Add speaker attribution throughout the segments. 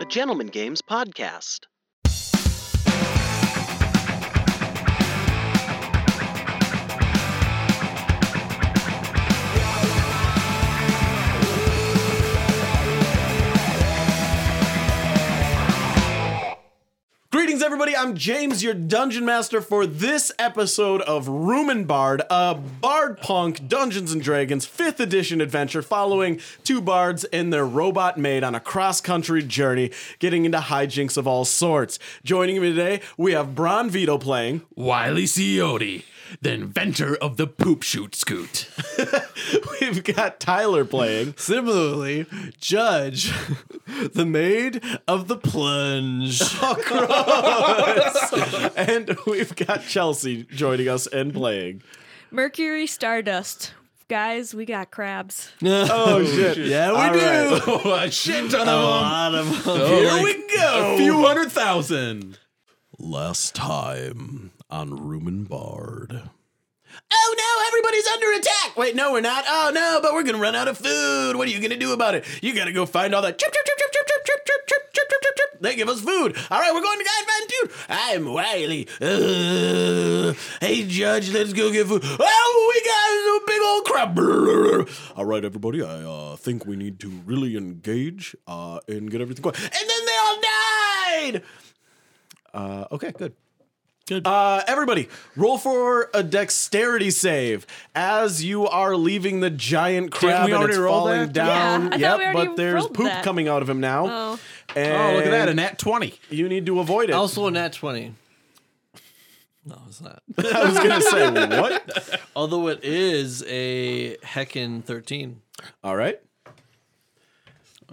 Speaker 1: A Gentleman Games podcast.
Speaker 2: Greetings, everybody. I'm James, your dungeon master for this episode of Room and Bard, a Bard Punk Dungeons and Dragons 5th edition adventure following two bards and their robot maid on a cross country journey, getting into hijinks of all sorts. Joining me today, we have Bron Vito playing.
Speaker 3: Wiley Coyote, the inventor of the poop shoot scoot.
Speaker 2: We've got Tyler playing.
Speaker 4: Similarly, Judge, the maid of the plunge.
Speaker 2: Oh, and we've got Chelsea joining us and playing.
Speaker 5: Mercury Stardust. Guys, we got crabs.
Speaker 2: Oh, shit.
Speaker 4: Yeah, we
Speaker 2: All
Speaker 4: do.
Speaker 2: right.
Speaker 3: Oh, a shit ton
Speaker 4: A
Speaker 3: of them.
Speaker 4: lot of them.
Speaker 3: Oh,
Speaker 4: Here
Speaker 3: like
Speaker 4: we go.
Speaker 3: A few hundred thousand.
Speaker 4: Last time on Room and Bard.
Speaker 2: Oh no, everybody's under attack. Wait, no, we're not. Oh no, but we're gonna run out of food. What are you gonna do about it? You gotta go find all that chip chip chip chip chip chip chip chip chip chip chip chip chip. They give us food. All right, we're going to guide find food. I'm Wiley. Uh, hey Judge, let's go get food. Oh, we got a big old crab. All right, everybody, I uh, think we need to really engage uh, and get everything going. And then they all died. Uh, okay, good. Uh, everybody, roll for a dexterity save as you are leaving the giant crab
Speaker 3: we
Speaker 2: and
Speaker 3: already
Speaker 2: it's
Speaker 3: roll
Speaker 2: falling
Speaker 3: that?
Speaker 5: Yeah, I
Speaker 2: down.
Speaker 5: thought we
Speaker 2: yep,
Speaker 5: already
Speaker 2: but there's
Speaker 5: rolled
Speaker 2: poop
Speaker 5: that.
Speaker 2: coming out of him now.
Speaker 5: Oh.
Speaker 2: And
Speaker 3: Oh, look at that, a nat 20.
Speaker 2: You need to avoid it.
Speaker 4: Also, a nat 20. No, it's not.
Speaker 2: I was gonna say what?
Speaker 4: Although it is a Heckin 13.
Speaker 2: All right,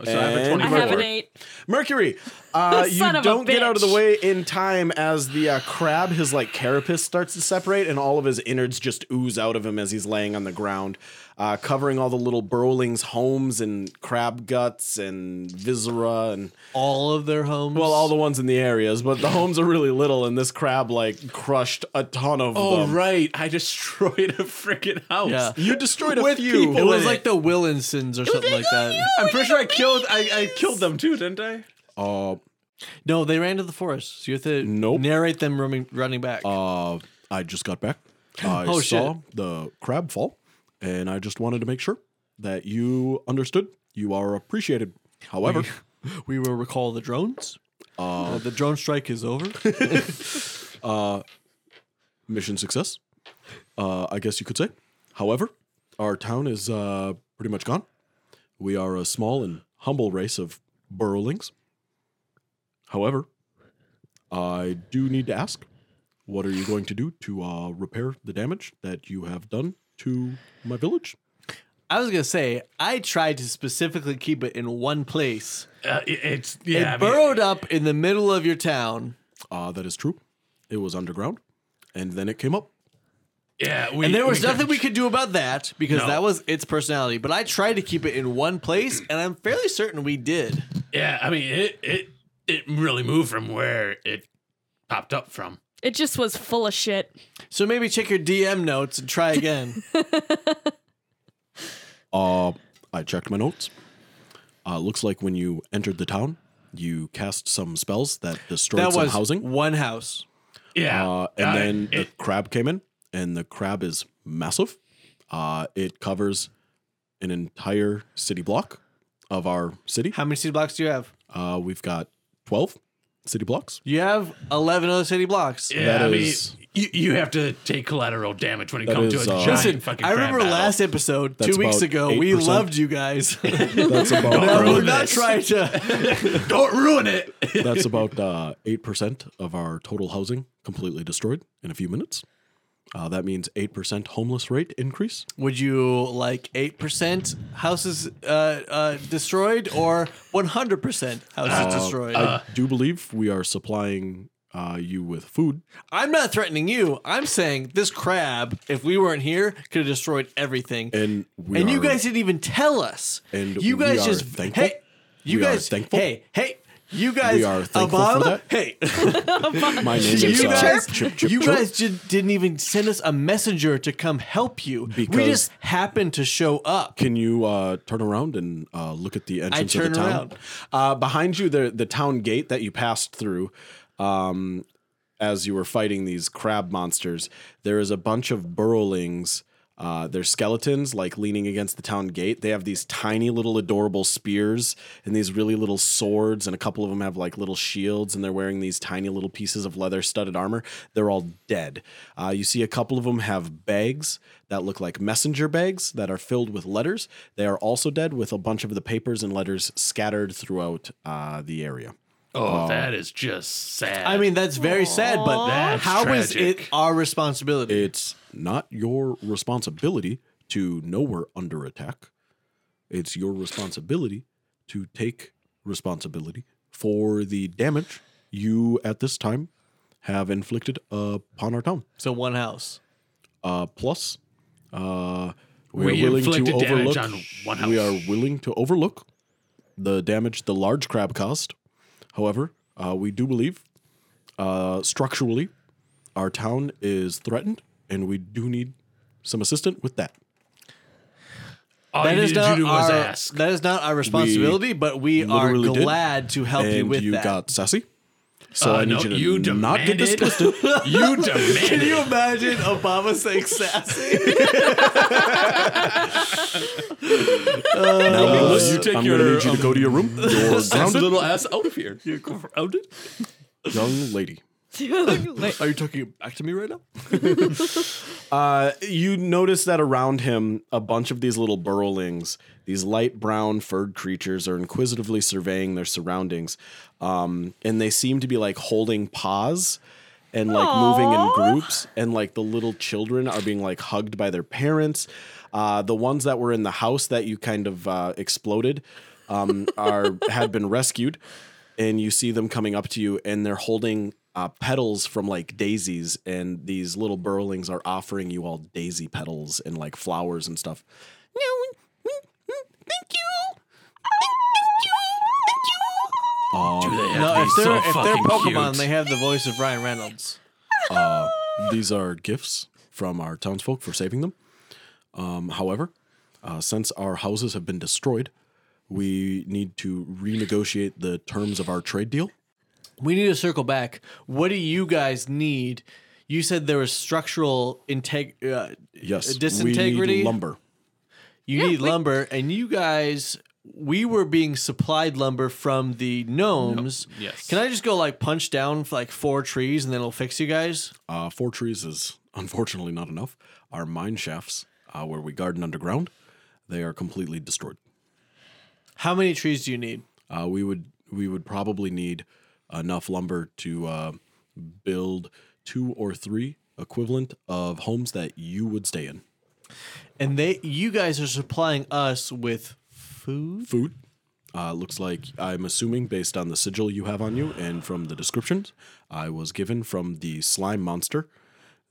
Speaker 3: So I have a
Speaker 2: And-
Speaker 5: I
Speaker 3: 24.
Speaker 5: have an eight.
Speaker 2: Mercury. Uh,
Speaker 5: Son
Speaker 2: you
Speaker 5: of a
Speaker 2: don't get out of the
Speaker 5: bitch.
Speaker 2: way in time as the uh, crab, his like carapace starts to separate, and all of his innards just ooze out of him as he's laying on the ground, uh, covering all the little burrowlings, homes, and crab guts and viscera and.
Speaker 4: All of their homes.
Speaker 2: Well, all the ones in the areas, but the homes are really little, and this crab like crushed a ton of
Speaker 3: Oh,
Speaker 2: them.
Speaker 3: right. I destroyed a freaking house.
Speaker 4: Yeah.
Speaker 2: You destroyed a
Speaker 3: With
Speaker 2: few.
Speaker 3: people
Speaker 4: It was
Speaker 3: in
Speaker 4: like the Willinsons or something like "Oh, that.
Speaker 3: I'm pretty sure I killed I, I killed them too, didn't I? Oh,
Speaker 2: Uh,
Speaker 4: No, they ran to the forest. So you have to
Speaker 2: Nope.
Speaker 4: narrate them running, running back.
Speaker 2: uh, I just got back. I
Speaker 4: Oh,
Speaker 2: saw
Speaker 4: shit.
Speaker 2: the crab fall, and I just wanted to make sure that you understood. You are appreciated. However,
Speaker 4: we will recall the drones. Uh, the drone strike is over.
Speaker 2: mission success. Uh, I guess you could say. However, our town is uh, pretty much gone. We are a small and humble race of burrowlings. However, I do need to ask, what are you going to do to uh, repair the damage that you have done to my village?
Speaker 4: I was gonna say I tried to specifically keep it in one place.
Speaker 3: Uh, it- it's yeah. I
Speaker 4: it
Speaker 3: mean,
Speaker 4: burrowed up in the middle of your town,
Speaker 2: Uh, that is true. It was underground, and then it came up.
Speaker 3: yeah. We,
Speaker 4: and there was
Speaker 3: we-
Speaker 4: nothing we could do about that because
Speaker 3: No.
Speaker 4: that was its personality. But I tried to keep it in one place, and I'm fairly certain we did.
Speaker 3: Yeah, I mean it it it really moved from where it popped up from.
Speaker 5: It just was full of shit.
Speaker 4: So maybe check your DM notes and try again.
Speaker 2: Uh, I checked my notes. Uh, looks like when you entered the town, you cast some spells that destroyed
Speaker 4: that
Speaker 2: some
Speaker 4: was
Speaker 2: housing.
Speaker 4: one house.
Speaker 3: Yeah,
Speaker 2: Uh, and
Speaker 3: Uh,
Speaker 2: then the
Speaker 3: it-
Speaker 2: crab came in, and the crab is massive. Uh, it covers an entire city block of our city.
Speaker 4: How many city blocks do you have?
Speaker 2: Uh, we've got 12 city blocks.
Speaker 4: You have eleven other city blocks.
Speaker 3: yeah,
Speaker 2: that
Speaker 3: I
Speaker 2: is-
Speaker 3: mean you, you have to take collateral damage when it
Speaker 2: That
Speaker 3: comes
Speaker 2: is,
Speaker 3: to a
Speaker 2: uh,
Speaker 3: giant
Speaker 4: Listen,
Speaker 3: fucking.
Speaker 4: I
Speaker 3: crab
Speaker 4: remember
Speaker 3: battle.
Speaker 4: last episode,
Speaker 2: That's
Speaker 4: two weeks
Speaker 2: about
Speaker 4: ago, we
Speaker 2: 8%.
Speaker 4: loved you guys.
Speaker 2: That's about,
Speaker 4: No, we're
Speaker 2: uh,
Speaker 4: not trying to.
Speaker 3: Don't ruin it.
Speaker 2: that's about uh, 8% of our total housing completely destroyed in a few minutes. Uh, that means 8% homeless rate increase.
Speaker 4: Would you like eight percent houses uh, uh, destroyed or one hundred percent houses destroyed?
Speaker 2: Oh, Uh, I do believe we are supplying uh, you with food.
Speaker 4: I'm not threatening you. I'm saying this crab, if we weren't here, could have destroyed everything.
Speaker 2: And we
Speaker 4: And you
Speaker 2: are-
Speaker 4: guys didn't even tell us.
Speaker 2: And
Speaker 4: you
Speaker 2: we
Speaker 4: guys
Speaker 2: are
Speaker 4: just
Speaker 2: thankful.
Speaker 4: hey, you
Speaker 2: We are
Speaker 4: guys
Speaker 2: thankful.
Speaker 4: hey hey. You guys,
Speaker 2: We are thankful for
Speaker 4: Obama.
Speaker 2: that.
Speaker 4: Hey,
Speaker 2: My name
Speaker 5: Chip,
Speaker 2: is
Speaker 5: chip,
Speaker 2: uh,
Speaker 5: chirp.
Speaker 2: Chip, Chip,
Speaker 4: you
Speaker 2: Chirp.
Speaker 4: guys ju- didn't even send us a messenger to come help you. we
Speaker 2: Because-
Speaker 4: just happened to show up.
Speaker 2: Can you uh, turn around and uh, look at the entrance
Speaker 4: turn
Speaker 2: of the town?
Speaker 4: around.
Speaker 2: Uh, behind you, the the town gate that you passed through, um, as you were fighting these crab monsters, there is a bunch of burrowlings. Uh, they're skeletons, like leaning against the town gate. They have these tiny little adorable spears and these really little swords, and a couple of them have like little shields, and they're wearing these tiny little pieces of leather studded armor. They're all dead. Uh, you see a couple of them have bags that look like messenger bags that are filled with letters. They are also dead, with a bunch of the papers and letters scattered throughout uh, the area.
Speaker 3: Oh, that is just sad.
Speaker 4: I mean, that's very sad, but how is
Speaker 3: That's tragic.
Speaker 4: it our responsibility?
Speaker 2: It's not your responsibility to know we're under attack. It's your responsibility to take responsibility for the damage you at this time have inflicted upon our town.
Speaker 4: so one house.
Speaker 2: Uh, plus, uh, we,
Speaker 3: We
Speaker 2: are willing to
Speaker 3: inflicted damage
Speaker 2: overlook.
Speaker 3: on one
Speaker 2: We are
Speaker 3: house.
Speaker 2: willing to overlook the damage the large crab caused. However, uh, we do believe uh, structurally our town is threatened, and we do need some assistance with that.
Speaker 3: all
Speaker 4: That
Speaker 3: you
Speaker 4: is
Speaker 3: needed to
Speaker 4: not
Speaker 3: do was
Speaker 4: our.
Speaker 3: ask.
Speaker 4: That is not our responsibility, but we are
Speaker 2: literally did,
Speaker 4: glad to help
Speaker 2: and
Speaker 4: you with that.
Speaker 2: got sassy, so I
Speaker 3: Uh,
Speaker 2: need
Speaker 3: no,
Speaker 2: you to
Speaker 3: you
Speaker 2: not get this
Speaker 3: demanded-
Speaker 2: twisted.
Speaker 3: you demanded.
Speaker 4: Can you imagine Obama saying sassy?
Speaker 2: now,
Speaker 6: Uh,
Speaker 2: Willis,
Speaker 6: you take
Speaker 2: I'm
Speaker 6: your,
Speaker 2: gonna need you to
Speaker 6: um,
Speaker 2: go to your room. You're
Speaker 6: Send
Speaker 2: grounded,
Speaker 6: little ass out of here. You grounded?
Speaker 2: young lady.
Speaker 5: Like,
Speaker 4: Are you talking back to me right now?
Speaker 2: Uh, you notice that around him, a bunch of these little burrowlings, these light brown furred creatures, are inquisitively surveying their surroundings, um, and they seem to be like holding paws and like moving in
Speaker 5: Aw.
Speaker 2: groups, and like the little children are being like hugged by their parents. Uh, the ones that were in the house that you kind of uh, exploded um, are had been rescued, and you see them coming up to you and they're holding uh, petals from like daisies and these little burrowlings are offering you all daisy petals and like flowers and stuff
Speaker 3: Do they have
Speaker 4: No,
Speaker 3: to
Speaker 4: if
Speaker 3: be
Speaker 4: they're,
Speaker 3: so
Speaker 4: if they're
Speaker 3: fucking
Speaker 4: Pokemon,
Speaker 3: cute?
Speaker 4: they have the voice of Ryan Reynolds.
Speaker 2: these are gifts from our townsfolk for saving them um, however uh, since our houses have been destroyed we need to renegotiate the terms of our trade deal
Speaker 4: We need to circle back. What do you guys need? You said there was structural integ- uh,
Speaker 2: yes we
Speaker 4: disintegrity.
Speaker 2: need lumber
Speaker 4: You need lumber, and you guys, we were being supplied lumber from the gnomes.
Speaker 6: yes.
Speaker 4: Can I just go like punch down like four trees, and then it'll fix you guys?
Speaker 2: Uh, four trees is unfortunately not enough. Our mine shafts, uh, where we garden underground, they are completely destroyed.
Speaker 4: How many trees do you need?
Speaker 2: Uh, we would we would probably need enough lumber to uh, build two or three equivalent of homes that you would stay in.
Speaker 4: And they, you guys, are supplying us with food.
Speaker 2: Food uh, looks like I'm assuming based on the sigil you have on you and from the descriptions I was given from the slime monster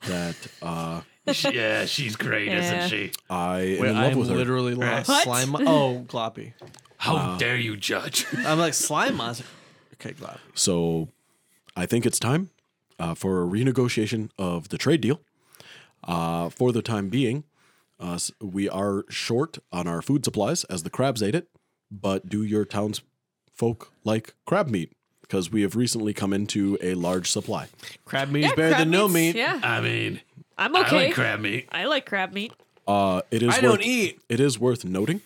Speaker 2: that uh,
Speaker 3: She- yeah, she's great,
Speaker 5: Yeah.
Speaker 3: isn't she?
Speaker 2: I am
Speaker 4: Wait,
Speaker 2: in
Speaker 4: I
Speaker 2: love
Speaker 4: am
Speaker 2: with her.
Speaker 4: literally lost.
Speaker 5: What?
Speaker 4: Slime. Oh, Gloppy.
Speaker 3: How dare you judge?
Speaker 4: I'm like slime monster. Okay, Gloppy.
Speaker 2: So I think it's time uh, for a renegotiation of the trade deal. Uh, for the time being, uh, s- we are short on our food supplies as the crabs ate it, but do your townsfolk like crab meat? Because we have recently come into a large supply.
Speaker 4: Crab meat
Speaker 5: yeah,
Speaker 4: is better
Speaker 5: crab
Speaker 4: than no meat.
Speaker 5: meats, Yeah,
Speaker 3: I mean,
Speaker 5: I'm
Speaker 3: I
Speaker 5: okay.
Speaker 3: like crab meat.
Speaker 5: I like crab meat.
Speaker 2: Uh, it is
Speaker 4: I
Speaker 2: worth,
Speaker 4: don't eat.
Speaker 2: It is worth noting.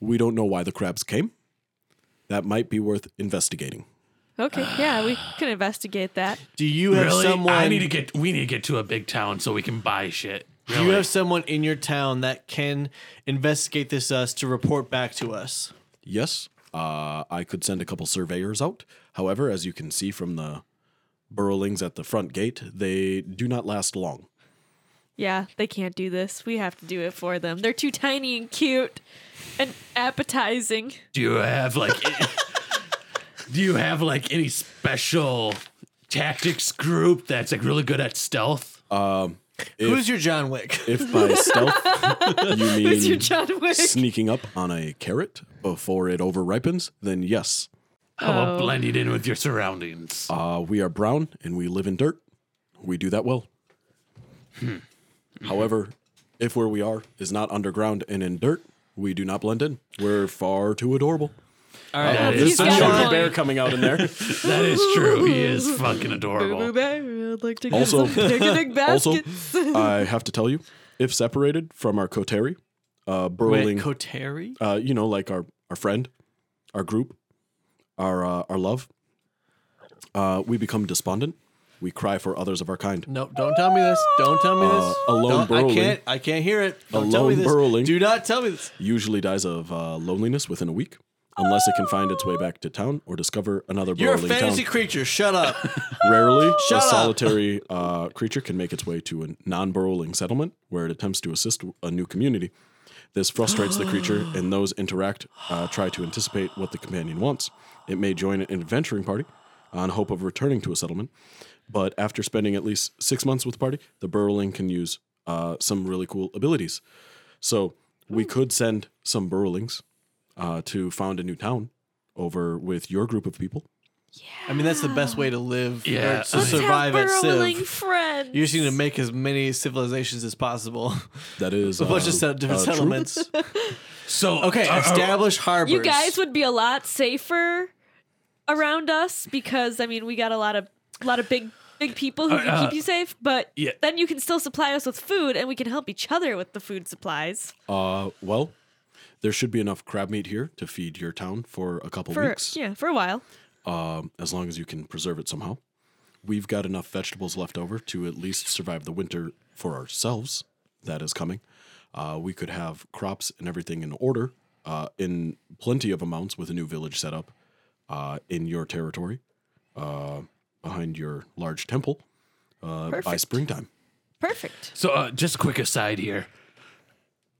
Speaker 2: We don't know why the crabs came. That might be worth investigating.
Speaker 5: Okay, yeah, we can investigate that.
Speaker 4: Do you have
Speaker 3: really?
Speaker 4: someone?
Speaker 3: I need to get. We need to get to a big town so we can buy shit.
Speaker 4: do
Speaker 3: Really?
Speaker 4: you have someone in your town that can investigate this us to report back to us?
Speaker 2: Yes, uh, I could send a couple surveyors out. However, as you can see from the burrowlings at the front gate, they do not last long.
Speaker 5: Yeah, they can't do this. We have to do it for them. They're too tiny and cute and appetizing.
Speaker 3: Do you have like? i- do you have like any special tactics group that's like really good at stealth?
Speaker 2: If-
Speaker 4: Who's your John Wick?
Speaker 2: If by stealth you
Speaker 5: It's your
Speaker 2: mean
Speaker 5: John Wick.
Speaker 2: sneaking up on a carrot before it overripens, then yes,
Speaker 3: How about
Speaker 5: Oh.
Speaker 3: blending in with your surroundings?
Speaker 2: Uh, we are brown and we live in dirt. We do that well. However, if where we are is not underground and in dirt, we do not blend in. We're far too adorable.
Speaker 4: All right.
Speaker 3: That
Speaker 5: He's
Speaker 3: is
Speaker 5: got a
Speaker 3: true.
Speaker 5: point.
Speaker 2: Bear coming out in there.
Speaker 3: That is true. He is fucking adorable.
Speaker 5: I'd like to get
Speaker 2: Also-
Speaker 5: some picnic
Speaker 2: also,
Speaker 5: baskets.
Speaker 2: I have to tell you, if separated from our coterie, uh, burrowing,
Speaker 4: Wait, Kotari?
Speaker 2: uh, you know, like our, our friend, our group, our uh, our love, uh, we become despondent. We cry for others of our kind.
Speaker 4: No, don't tell me this. Don't tell me this.
Speaker 2: Uh, alone
Speaker 4: Don't- I
Speaker 2: burrowing.
Speaker 4: can't. I can't hear it. Don't tell me
Speaker 2: Alone
Speaker 4: this.
Speaker 2: burrowing.
Speaker 4: Do not tell me this.
Speaker 2: usually dies of uh, loneliness within a week, unless it can find its way back to town or discover another
Speaker 4: You're a
Speaker 2: burrowing
Speaker 4: fantasy
Speaker 2: town.
Speaker 4: creature. Shut up.
Speaker 2: Rarely,
Speaker 4: Shut
Speaker 2: a
Speaker 4: up.
Speaker 2: solitary uh, creature can make its way to a non-burrowing settlement where it attempts to assist a new community. This frustrates the creature, and those interact uh, try to anticipate what the companion wants. It may join an adventuring party on hope of returning to a settlement, but after spending at least six months with the party, the burrowing can use uh, some really cool abilities. So we
Speaker 4: Hmm.
Speaker 2: could send some burrowlings uh, to found a new town over with your group of people.
Speaker 4: I mean, that's the best way to live.
Speaker 3: Yeah.
Speaker 4: Or to
Speaker 3: Let's
Speaker 5: Let's
Speaker 4: survive
Speaker 5: have
Speaker 4: at
Speaker 5: burrowing
Speaker 4: Civ.
Speaker 5: friends.
Speaker 4: You just need to make as many civilizations as possible.
Speaker 2: That is
Speaker 4: a bunch
Speaker 2: uh,
Speaker 4: of se- different
Speaker 2: uh, true.
Speaker 4: settlements.
Speaker 3: So
Speaker 4: Okay,
Speaker 3: uh, uh,
Speaker 4: establish harbors.
Speaker 5: you guys would be a lot safer around us because I mean we got a lot of a lot of big big people who
Speaker 3: Uh,
Speaker 5: can
Speaker 3: uh,
Speaker 5: keep you safe, but
Speaker 3: yeah.
Speaker 5: then you can still supply us with food and we can help each other with the food supplies.
Speaker 2: Uh, well, there should be enough crab meat here to feed your town for a couple
Speaker 5: For
Speaker 2: weeks,
Speaker 5: yeah, for a while.
Speaker 2: um, as long as you can preserve it somehow. We've got enough vegetables left over to at least survive the winter for ourselves. That is coming. Uh, we could have crops and everything in order, uh, in plenty of amounts, with a new village set up uh, in your territory, uh, behind your large temple, uh, by
Speaker 5: Perfect.
Speaker 2: springtime.
Speaker 5: Perfect.
Speaker 3: So, uh, just quick aside here.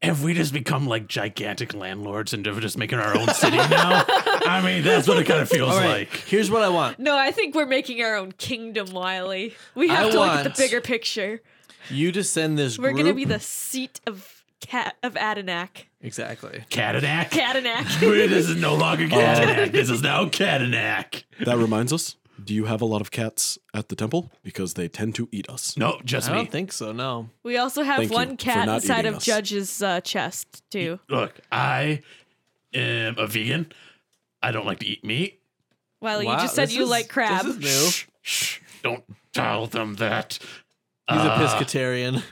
Speaker 3: Have we just become like gigantic landlords and we're just making our own city now? I mean, that's what it kind of feels
Speaker 4: All right,
Speaker 3: like.
Speaker 4: here's what I want.
Speaker 5: No, I think we're making our own kingdom, Wiley. We have
Speaker 4: I
Speaker 5: to look at
Speaker 4: want-
Speaker 5: the bigger picture.
Speaker 4: You just send this
Speaker 5: We're
Speaker 4: group.
Speaker 5: gonna be the seat of cat of Adenac.
Speaker 4: Exactly.
Speaker 3: Catanac?
Speaker 5: Cadenac.
Speaker 3: this is no longer Catanac. this is now Catanac.
Speaker 2: That reminds us. Do you have a lot of cats at the temple? Because they tend to eat us.
Speaker 3: No, just
Speaker 4: I
Speaker 3: me.
Speaker 4: don't think so, no.
Speaker 5: we also have
Speaker 2: Thank you
Speaker 5: one
Speaker 2: for
Speaker 5: cat
Speaker 2: not
Speaker 5: inside
Speaker 2: eating
Speaker 5: of
Speaker 2: us.
Speaker 5: Judge's uh, chest too.
Speaker 3: Look, I am a vegan. I don't like to eat meat.
Speaker 5: Wiley,
Speaker 4: Wow,
Speaker 5: you just said
Speaker 4: this
Speaker 5: you
Speaker 4: is-
Speaker 5: like crab.
Speaker 4: This is
Speaker 3: Shh, shh, don't tell them that.
Speaker 4: new. He's
Speaker 5: Uh.
Speaker 4: a pescatarian.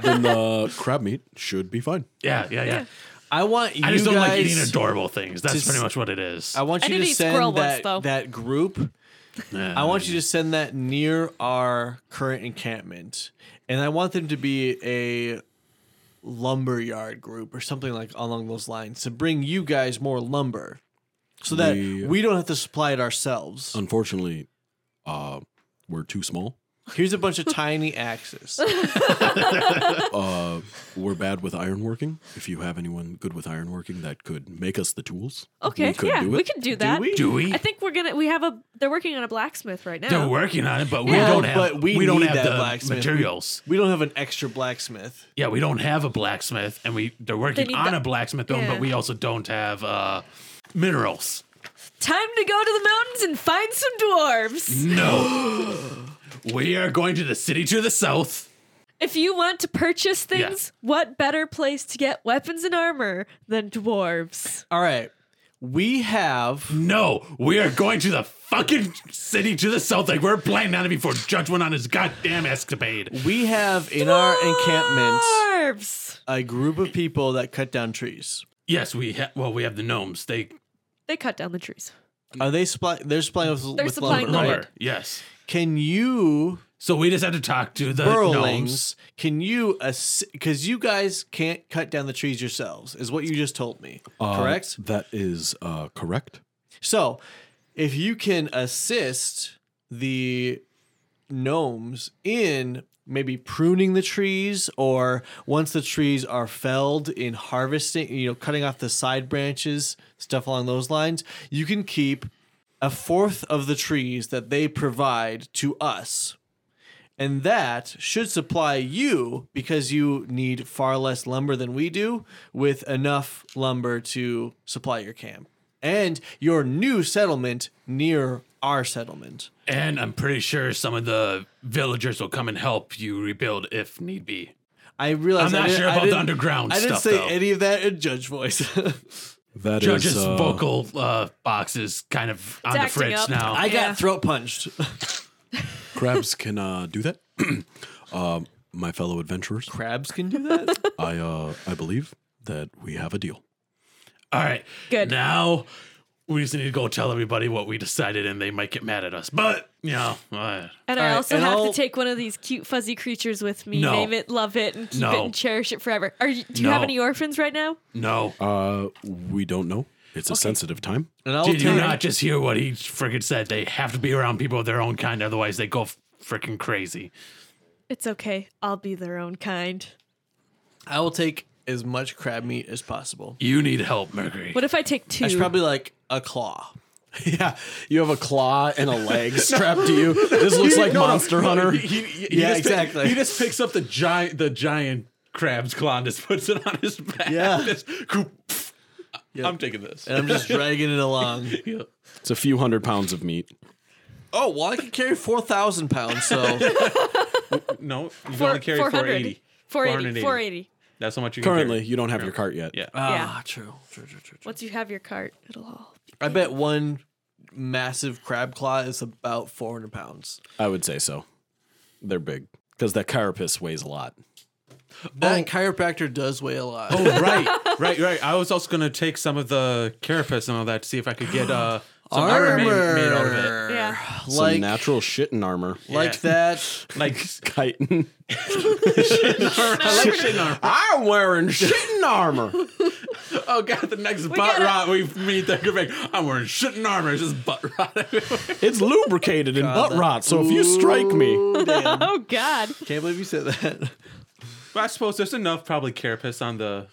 Speaker 2: then the crab meat should be fine.
Speaker 3: Yeah, yeah, yeah.
Speaker 4: I want you
Speaker 3: I just don't
Speaker 4: guys.
Speaker 3: like eating adorable things. That's
Speaker 4: just-
Speaker 3: pretty much what it is.
Speaker 4: I want
Speaker 5: I
Speaker 4: you
Speaker 5: did
Speaker 4: to
Speaker 5: eat
Speaker 4: send
Speaker 5: squirrel once,
Speaker 4: that,
Speaker 5: though.
Speaker 4: that group.
Speaker 3: Yeah.
Speaker 4: I want you to send that near our current encampment, and I want them to be a lumberyard group or something like along those lines to bring you guys more lumber, so that
Speaker 2: We- Oh,
Speaker 4: we, don't have to supply it ourselves.
Speaker 2: Unfortunately, uh, we're too small.
Speaker 4: Here's a bunch of tiny axes.
Speaker 2: Uh, we're bad with ironworking. If you have anyone good with ironworking that could make us the tools,
Speaker 5: Okay,
Speaker 2: we could
Speaker 5: yeah,
Speaker 2: do it.
Speaker 5: we can do that.
Speaker 3: Do we?
Speaker 5: I think we're gonna. We have a. They're working on a blacksmith right now.
Speaker 3: They're working on it, but we
Speaker 5: Yeah.
Speaker 3: don't have.
Speaker 4: But
Speaker 3: we,
Speaker 4: we
Speaker 3: don't
Speaker 4: need
Speaker 3: have
Speaker 4: that
Speaker 3: the
Speaker 4: blacksmith.
Speaker 3: materials.
Speaker 4: we don't have an extra blacksmith.
Speaker 3: Yeah, we don't have a blacksmith, and we they're working
Speaker 5: They need
Speaker 3: on
Speaker 5: the-
Speaker 3: a blacksmith dome,
Speaker 5: Yeah.
Speaker 3: but we also don't have uh, minerals.
Speaker 5: Time to go to the mountains and find some dwarves.
Speaker 3: No, we are going to the city to the south.
Speaker 5: If you want to purchase things, what better place to get weapons and armor than dwarves?
Speaker 4: All right, we have.
Speaker 3: No, we are going to the fucking city to the south. Like we're planning on it before Judge went on his goddamn escapade.
Speaker 4: We have in our encampment
Speaker 5: Dwarves.
Speaker 4: a group of people that cut down trees.
Speaker 3: Yes, we ha- well we have the gnomes. They
Speaker 5: They cut down the trees.
Speaker 4: Are they supply? They're supplying us
Speaker 5: They're
Speaker 4: with
Speaker 5: supplying
Speaker 4: lumber,
Speaker 5: lumber.
Speaker 4: right?
Speaker 3: lumber. Yes.
Speaker 4: Can you
Speaker 3: So we just have to talk to the gnomes.
Speaker 4: burrowlings? Can you because you guys can't cut down the trees yourselves, is what you just told me,
Speaker 2: Uh,
Speaker 4: correct?
Speaker 2: That is uh, correct.
Speaker 4: So, if you can assist the gnomes in maybe pruning the trees or once the trees are felled in harvesting, you know, cutting off the side branches, stuff along those lines, you can keep a fourth of the trees that they provide to us. And that should supply you, because you need far less lumber than we do, with enough lumber to supply your camp and your new settlement near our settlement.
Speaker 3: And I'm pretty sure some of the villagers will come and help you rebuild if need be.
Speaker 4: I realize
Speaker 3: I'm not
Speaker 4: I didn't-
Speaker 3: sure
Speaker 4: I
Speaker 3: about the
Speaker 4: didn't-
Speaker 3: underground
Speaker 4: I didn't
Speaker 3: stuff,
Speaker 4: say
Speaker 3: though.
Speaker 4: any of that in judge voice.
Speaker 2: That is
Speaker 3: Judge's
Speaker 2: uh,
Speaker 3: vocal uh, box is kind of on the
Speaker 5: acting
Speaker 3: fritz
Speaker 5: up.
Speaker 3: now.
Speaker 4: I got
Speaker 5: Yeah.
Speaker 4: throat punched.
Speaker 2: Crabs can uh, do that. Um my fellow adventurers,
Speaker 4: Crabs can do that.
Speaker 2: I uh, I believe that we have a deal.
Speaker 3: All right.
Speaker 5: Good.
Speaker 3: Now we just need to go tell everybody what we decided, and they might get mad at us. But you know, uh,
Speaker 5: And
Speaker 4: All
Speaker 5: I
Speaker 4: right,
Speaker 5: also
Speaker 4: and
Speaker 5: have to
Speaker 4: I'll-
Speaker 5: take one of these cute fuzzy creatures with me,
Speaker 3: No.
Speaker 5: name it, love it, and keep it
Speaker 3: No.
Speaker 5: and cherish it forever. Are you, do you have
Speaker 3: No.
Speaker 5: any orphans right now?
Speaker 3: no.
Speaker 2: Uh, we don't know. It's a sensitive time.
Speaker 4: and I'll
Speaker 3: Did you
Speaker 4: turn-
Speaker 3: not just hear what he freaking said? They have to be around people of their own kind, otherwise they go freaking crazy.
Speaker 5: It's okay. I'll be their own kind.
Speaker 4: I will take as much crab meat as possible.
Speaker 3: You need help, Mercury.
Speaker 5: What if I take two?
Speaker 4: I should probably like a claw.
Speaker 2: Yeah, you have a claw and a leg strapped to you. This looks like Monster Hunter.
Speaker 4: Yeah, just pick- exactly. he
Speaker 3: just picks up the giant, the giant crab's claw and just puts it on his back.
Speaker 4: Yeah.
Speaker 6: I'm taking this.
Speaker 4: And I'm just dragging it along.
Speaker 2: It's a few hundred pounds of meat.
Speaker 4: Oh, well, I can carry 4,000 pounds, so.
Speaker 6: No, you can
Speaker 5: Four-
Speaker 6: only carry 480.
Speaker 5: 480.
Speaker 6: 480.
Speaker 5: 480.
Speaker 6: That's how much you can
Speaker 2: Currently,
Speaker 6: carry.
Speaker 2: you don't have your cart yet.
Speaker 6: Yeah.
Speaker 4: Ah, true. True, true, true, true.
Speaker 5: Once you have your cart, it'll all.
Speaker 4: I bet one massive crab claw is about 400 pounds.
Speaker 2: I would say so. They're big because that carapace weighs a lot.
Speaker 4: That
Speaker 2: Oh.
Speaker 4: chiropractor does weigh a lot.
Speaker 6: Oh, right, right, right. I was also gonna take some of the carapace and all that to see if I could get uh some armor made, made out of it,
Speaker 5: Yeah.
Speaker 2: Some
Speaker 4: Like,
Speaker 2: natural shit in armor.
Speaker 4: like that.
Speaker 6: like
Speaker 2: Chitin.
Speaker 6: shit armor.
Speaker 2: I'm wearing shit in armor.
Speaker 6: Oh god, the next butt
Speaker 5: gotta-
Speaker 6: rot we meet there. Greg, I'm wearing shit and armor. It's just butt rot.
Speaker 2: It's lubricated in butt rot. So if you strike me,
Speaker 5: Oh, God.
Speaker 4: Can't believe you said that.
Speaker 6: But I suppose there's enough probably carapace on the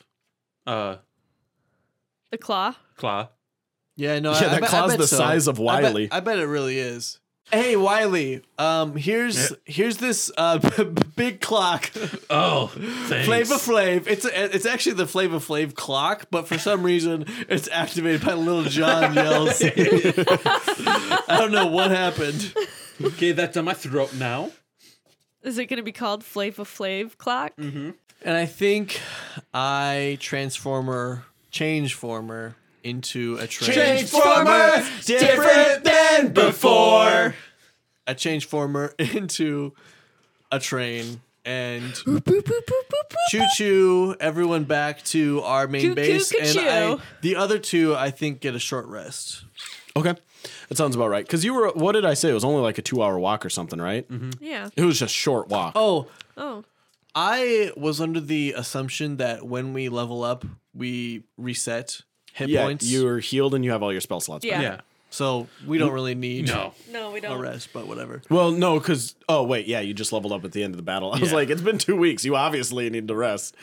Speaker 6: uh
Speaker 5: The claw.
Speaker 6: claw.
Speaker 4: Yeah, no,
Speaker 2: Yeah,
Speaker 4: I, I
Speaker 2: that
Speaker 4: bet, I
Speaker 2: claw's
Speaker 4: bet
Speaker 2: the
Speaker 4: so.
Speaker 2: size of
Speaker 4: I bet-
Speaker 2: Wiley.
Speaker 4: I bet, it really is. Hey, Wiley. Um, here's here's this uh big clock,
Speaker 3: Oh, thanks.
Speaker 4: Flavor Flav. It's a, it's actually the Flavor Flav clock, but for some reason it's activated by Little John yells. I don't know what happened.
Speaker 6: Okay, that's on my throat now.
Speaker 5: Is it going to be called Flava Flav Clock?
Speaker 4: And I think I transformer change former into a train.
Speaker 2: Transformer, different than before.
Speaker 4: a change former into a train and choo choo everyone back to our main
Speaker 5: Choo-choo,
Speaker 4: base and I,
Speaker 5: ka-choo.
Speaker 4: the other two I think get a short rest.
Speaker 2: okay, that sounds about right. Because you were, what did I say? It was only like a two-hour walk or something, right?
Speaker 5: Yeah.
Speaker 2: It was just short walk.
Speaker 4: Oh,
Speaker 5: Mm-hmm. Oh.
Speaker 4: I was under the assumption that when we level up, we reset hit
Speaker 2: yeah,
Speaker 4: points.
Speaker 2: you're healed and you have all your spell slots. back.
Speaker 5: Yeah.
Speaker 6: Yeah.
Speaker 4: so we don't really need
Speaker 3: No.
Speaker 5: No, we
Speaker 4: a
Speaker 5: don't.
Speaker 4: rest, but whatever.
Speaker 2: Well, no, because oh wait, yeah, you just leveled up at the end of the battle. I was
Speaker 3: Yeah.
Speaker 2: like, it's been two weeks. You obviously need to rest.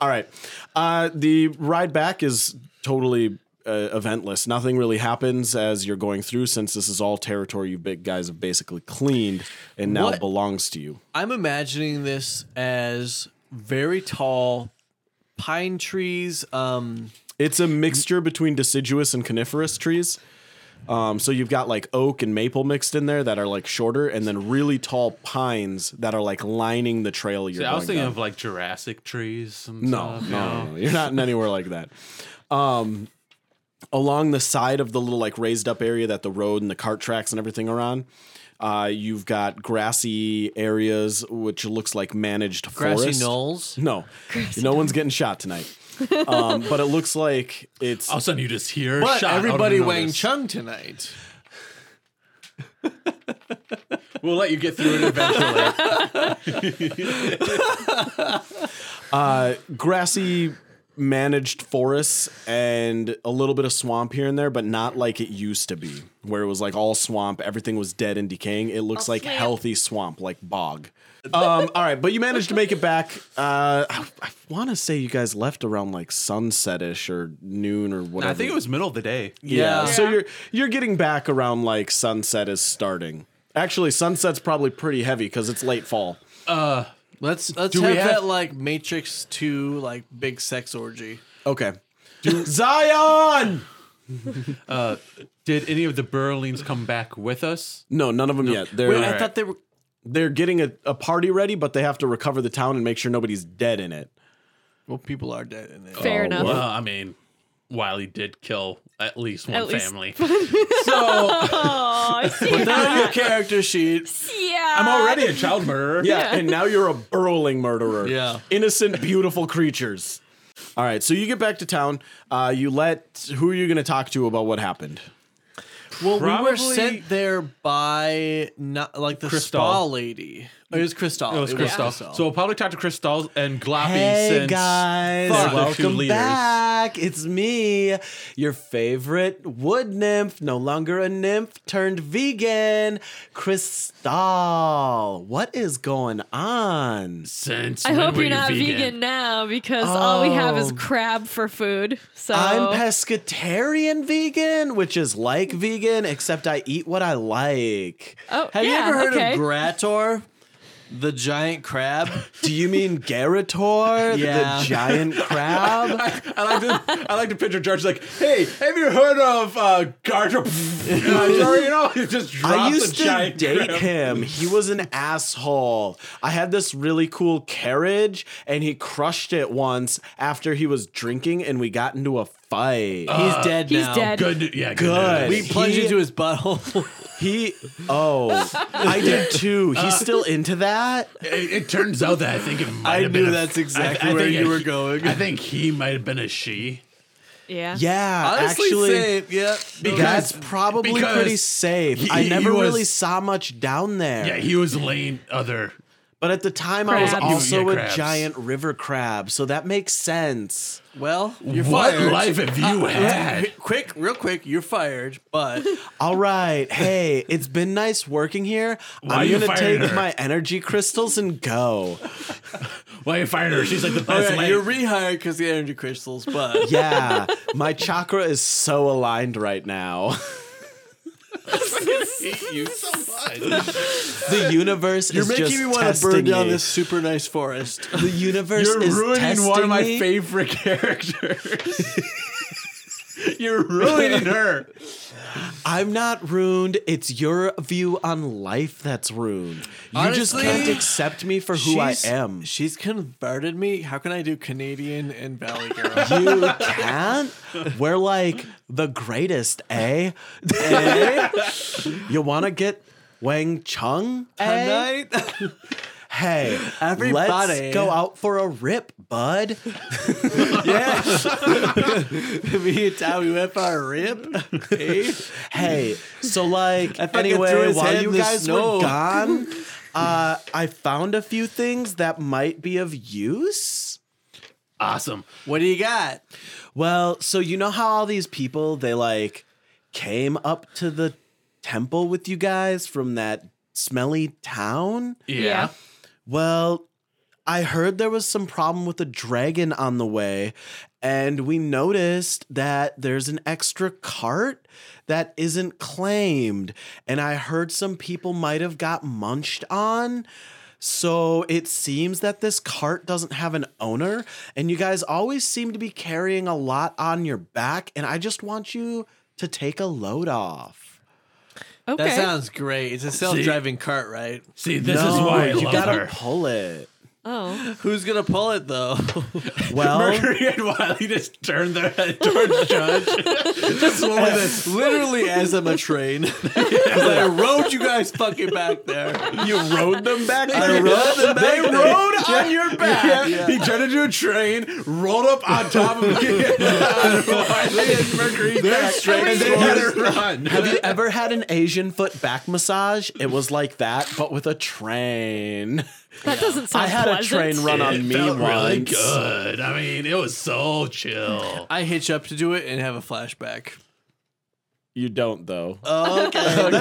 Speaker 2: All right, uh, the ride back is totally uh, eventless. Nothing really happens as you're going through, since this is all territory you big guys have basically cleaned and now
Speaker 4: What?
Speaker 2: belongs to you.
Speaker 4: I'm imagining this as very tall pine trees, um,
Speaker 2: It's a mixture between deciduous and coniferous trees. Um, so you've got like oak and maple mixed in there that are like shorter, and then really tall pines that are like lining the trail you're
Speaker 6: I
Speaker 2: going
Speaker 6: was thinking
Speaker 2: down.
Speaker 6: of like Jurassic trees. And
Speaker 2: No,
Speaker 6: stuff.
Speaker 2: no, no, no. you're not in anywhere like that. Um, along the side of the little like raised up area that the road and the cart tracks and everything are on, uh, you've got grassy areas which looks like managed
Speaker 4: grassy
Speaker 2: forest.
Speaker 4: knolls.
Speaker 2: No, no one's getting shot tonight. um, but it looks like it's
Speaker 3: All of a sudden, you just hear.
Speaker 4: But
Speaker 3: shot out of
Speaker 4: everybody
Speaker 3: nowhere.
Speaker 4: Wang Chung tonight.
Speaker 6: We'll let you get through it eventually.
Speaker 2: Uh, grassy managed forests and a little bit of swamp here and there but not like it used to be where it was like all swamp everything was dead and decaying it looks like
Speaker 5: swamp.
Speaker 2: healthy swamp like bog um all right but you managed to make it back uh i, I want to say you guys left around like sunsetish or noon or whatever
Speaker 6: I think it was middle of the day.
Speaker 2: yeah.
Speaker 4: Yeah.
Speaker 2: So you're you're getting back around like sunset is starting. Actually, sunset's probably pretty heavy because it's late fall.
Speaker 4: Let's let's
Speaker 2: Do we
Speaker 4: have,
Speaker 2: have-
Speaker 4: that like Matrix Two like big sex orgy.
Speaker 2: Okay. Zion!
Speaker 6: Uh, did any of the Burlings come back with us?
Speaker 7: No, none of them yet. They're,
Speaker 6: Wait, I
Speaker 7: I
Speaker 6: Alright.
Speaker 7: thought
Speaker 6: thought
Speaker 7: they were. They're getting a, a party ready, but they have to recover the town and make sure nobody's dead in it.
Speaker 4: Well, people are dead in there.
Speaker 5: Fair enough.
Speaker 3: Well, Uh, I mean, Wiley did kill at least one
Speaker 5: At least-
Speaker 3: family. so
Speaker 5: Oh, I see
Speaker 4: On your
Speaker 5: that.
Speaker 4: character sheet.
Speaker 5: yeah.
Speaker 6: I'm already a child murderer.
Speaker 7: Yeah, and now you're a burrowing murderer.
Speaker 4: Yeah.
Speaker 7: Innocent, beautiful creatures. All right, so you get back to town. Uh, you let. Who are you going to talk to about what happened?
Speaker 4: Well, we were
Speaker 6: Probably-
Speaker 4: sent there by not like the
Speaker 6: Crystal.
Speaker 4: spa lady. It was Crystal.
Speaker 6: It was Crystal. So we'll probably talk to Crystal and Gloppy since
Speaker 7: guys,
Speaker 6: they're the two leaders.
Speaker 7: back. It's me, your favorite wood nymph, no longer a nymph, turned vegan, Crystal. What is going on?
Speaker 3: since
Speaker 5: I
Speaker 3: when
Speaker 5: hope
Speaker 3: were
Speaker 5: you're
Speaker 3: you
Speaker 5: not vegan, now because all we have is
Speaker 7: Oh.
Speaker 5: crab for food. So
Speaker 7: I'm pescatarian vegan, which is like vegan, except I eat what I like.
Speaker 5: Oh,
Speaker 4: Have
Speaker 5: yeah,
Speaker 4: you ever heard
Speaker 5: okay.
Speaker 4: of Grator, the giant crab?
Speaker 7: Do you mean Garator,
Speaker 4: Yeah.
Speaker 7: the giant crab?
Speaker 6: I like to I like to picture George like, hey, have you heard of uh Garter? you know, he just drops
Speaker 7: I used
Speaker 6: a
Speaker 7: to
Speaker 6: giant
Speaker 7: date
Speaker 6: crab.
Speaker 7: him. He was an asshole. I had this really cool carriage, and he crushed it once after he was drinking, and we got into a fight.
Speaker 4: He's dead
Speaker 5: he's
Speaker 4: now.
Speaker 5: dead.
Speaker 3: Good, yeah, good.
Speaker 7: Good.
Speaker 4: We plunged
Speaker 7: He-
Speaker 4: into his butthole.
Speaker 7: He, oh, I did too. He's
Speaker 3: Uh,
Speaker 7: still into that.
Speaker 3: It, it turns out that I think it might
Speaker 4: I
Speaker 3: have been
Speaker 4: knew
Speaker 3: a-
Speaker 4: that's
Speaker 3: I- I
Speaker 4: exactly
Speaker 3: think
Speaker 4: where you
Speaker 3: a-
Speaker 4: were going.
Speaker 3: I think he might have been a she.
Speaker 5: Yeah.
Speaker 7: Yeah,
Speaker 4: Honestly,
Speaker 7: actually,
Speaker 4: same. Yeah.
Speaker 7: that's probably
Speaker 3: because
Speaker 7: pretty safe.
Speaker 3: he-
Speaker 7: I
Speaker 3: he
Speaker 7: never
Speaker 3: was-
Speaker 7: really saw much down there.
Speaker 3: Yeah, he was laying other.
Speaker 7: but at the time, I
Speaker 5: Crabs.
Speaker 7: was also
Speaker 3: Yeah,
Speaker 7: a
Speaker 3: crabs.
Speaker 7: giant river crab, so that makes sense.
Speaker 4: Well, you're
Speaker 3: what
Speaker 4: fired. Uh,
Speaker 3: life have you had?
Speaker 4: Quick, real quick, you're fired. But
Speaker 7: All right. Hey, it's been nice working here.
Speaker 3: Why
Speaker 7: I'm
Speaker 3: you
Speaker 7: going to
Speaker 3: fired
Speaker 7: take
Speaker 3: her?
Speaker 7: my energy crystals and go.
Speaker 3: Why you fired her? She's like the best.
Speaker 4: Alright,
Speaker 3: lady.
Speaker 4: Oh, you're rehired because the energy crystals. But
Speaker 7: Yeah. my chakra is so aligned right now. The universe
Speaker 4: you're
Speaker 7: is
Speaker 4: making
Speaker 7: just
Speaker 4: me want to
Speaker 7: testing
Speaker 4: burn down
Speaker 7: me.
Speaker 4: this super nice forest.
Speaker 7: The universe
Speaker 6: You're
Speaker 7: is
Speaker 6: ruining one of my
Speaker 7: testing me.
Speaker 6: favorite characters. You're ruining her.
Speaker 7: I'm not ruined. It's your view on life that's ruined. You just
Speaker 4: Honestly,
Speaker 7: can't accept me for who I
Speaker 4: She's-
Speaker 7: am.
Speaker 4: She's converted me. How can I do Canadian and Valley Girl?
Speaker 7: You can't? We're like the greatest, eh? Eh? you want to get Wang Chung? Eh?
Speaker 4: Tonight,
Speaker 7: Hey,
Speaker 4: Everybody.
Speaker 7: let's go out for a rip, bud.
Speaker 4: me and Tommy went for a rip. Hey,
Speaker 7: Hey, so like,
Speaker 4: fucking threw
Speaker 7: anyway,
Speaker 4: his head
Speaker 7: while
Speaker 4: in
Speaker 7: you
Speaker 4: the
Speaker 7: guys
Speaker 4: snow.
Speaker 7: were gone, uh, I found a few things that might be of use.
Speaker 3: awesome.
Speaker 4: what do you got?
Speaker 7: Well, so you know how all these people they like came up to the temple with you guys from that smelly town?
Speaker 3: Yeah.
Speaker 5: Yeah.
Speaker 7: Well, I heard there was some problem with a dragon on the way, and we noticed that there's an extra cart that isn't claimed, and I heard some people might have got munched on. So it seems that this cart doesn't have an owner, and you guys always seem to be carrying a lot on your back, and I just want you to take a load off.
Speaker 5: Okay.
Speaker 4: That sounds great. It's a self-driving cart, right?
Speaker 3: See, this
Speaker 7: No,
Speaker 3: is why I
Speaker 7: Oh, you
Speaker 3: love
Speaker 7: gotta
Speaker 3: her.
Speaker 7: pull it.
Speaker 5: oh.
Speaker 4: Who's gonna pull it though?
Speaker 7: Well,
Speaker 3: Mercury and Wiley just turned their head towards Judge. just one with this.
Speaker 4: Literally, as I'm a train, 'Cause I rode you guys fucking back there.
Speaker 7: you rode them back.
Speaker 4: I rode them back.
Speaker 7: They
Speaker 4: there.
Speaker 7: rode on your back.
Speaker 6: He turned into a train, rolled up on top of me. Mercury back, and they had her run.
Speaker 7: Have you ever had an Asian foot back massage? It was like that, but with a train.
Speaker 5: That doesn't sound
Speaker 7: I had a
Speaker 5: pleasant.
Speaker 7: train run
Speaker 3: it
Speaker 7: on me
Speaker 3: felt really
Speaker 7: once.
Speaker 3: good. I mean, it was so chill.
Speaker 4: I hitch up to do it and have a flashback.
Speaker 7: You don't though.
Speaker 3: Whoa!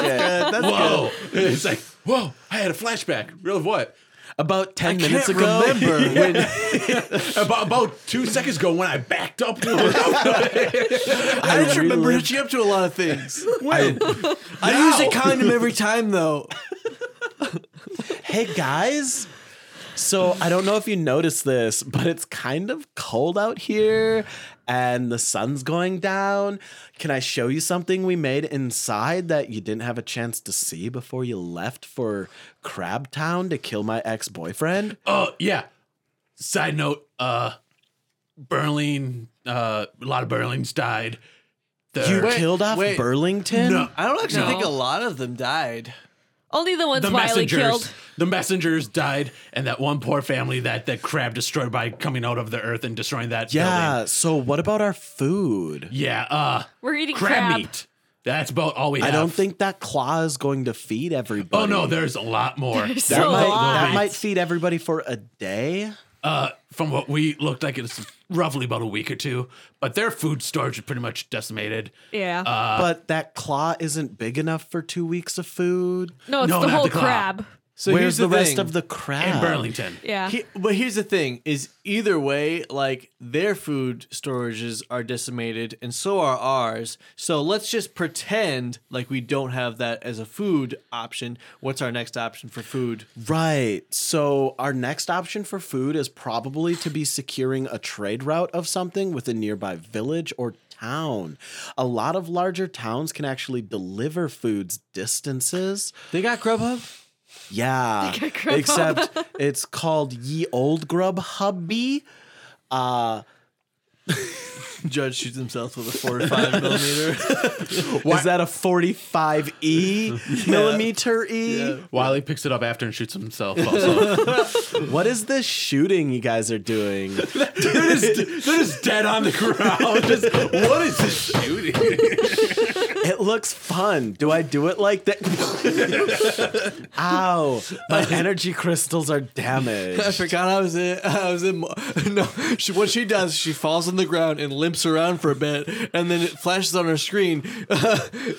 Speaker 3: Oh, It's like
Speaker 6: Whoa, I had a flashback. Real of what?
Speaker 7: About ten
Speaker 4: can't
Speaker 7: minutes ago.
Speaker 4: remember
Speaker 7: when
Speaker 6: About, about two seconds ago when I backed up to her.
Speaker 4: I just remember
Speaker 7: relived-
Speaker 4: hitching up to a lot of things.
Speaker 7: I-
Speaker 4: I use a condom every time though.
Speaker 7: hey guys. So I don't know if you noticed this, but it's kind of cold out here, and the sun's going down. Can I show you something we made inside that you didn't have a chance to see before you left for Crab Town to kill my ex boyfriend?
Speaker 3: Oh yeah. Side note, uh Berlin uh a lot of Berlins died.
Speaker 7: You
Speaker 3: They're-
Speaker 7: killed off
Speaker 4: wait.
Speaker 7: Burlington?
Speaker 3: Uh, No.
Speaker 4: I don't actually
Speaker 5: No.
Speaker 4: think a lot of them died.
Speaker 5: Only the ones
Speaker 3: the
Speaker 5: Wiley
Speaker 3: messengers
Speaker 5: killed.
Speaker 3: the messengers died and that one poor family that that crab destroyed by coming out of the earth and destroying that
Speaker 7: Yeah.
Speaker 3: building.
Speaker 7: So what about our food?
Speaker 3: Yeah, uh
Speaker 5: We're eating
Speaker 3: crab,
Speaker 5: crab.
Speaker 3: meat. That's about all we have.
Speaker 7: I don't think that claw is going to feed everybody.
Speaker 3: Oh no, there's a lot more.
Speaker 5: There's
Speaker 7: that
Speaker 5: a
Speaker 7: might
Speaker 5: lot.
Speaker 7: that might feed everybody for a day.
Speaker 3: Uh, from what we looked like, it's roughly about a week or two. But their food storage is pretty much decimated.
Speaker 5: Yeah.
Speaker 7: but that claw isn't big enough for two weeks of food.
Speaker 5: no, it's
Speaker 3: no,
Speaker 5: the
Speaker 3: not
Speaker 5: whole
Speaker 3: the claw.
Speaker 5: crab.
Speaker 4: So
Speaker 7: Where's
Speaker 4: here's
Speaker 7: the, rest
Speaker 4: thing.
Speaker 7: of the crab?
Speaker 3: In Burlington,
Speaker 5: Yeah.
Speaker 4: He, but here's the thing: is either way, like their food storages are decimated, and so are ours. So let's just pretend like we don't have that as a food option. What's our next option for food?
Speaker 7: Right. So our next option for food is probably to be securing a trade route of something with a nearby village or town. A lot of larger towns can actually deliver foods distances.
Speaker 4: They got Grubhub.
Speaker 7: Yeah.
Speaker 5: They got Grubhub.
Speaker 7: Except it's called Ye Old Grub Hubby. Uh,
Speaker 4: Judge shoots himself with a forty-five millimeter.
Speaker 7: is that a 45E millimeter E?
Speaker 6: Wiley picks it up after and shoots himself. Also,
Speaker 7: What is this shooting you guys are doing?
Speaker 6: they're, just, they're just dead on the ground. Just, what is this shooting?
Speaker 7: It looks fun. Do I do it like that? Ow. My energy crystals are
Speaker 4: I
Speaker 7: damaged.
Speaker 4: forgot I was in. I was in. mo- No, she, what she does, she falls on the ground and limps around for a bit, and then it flashes on her screen.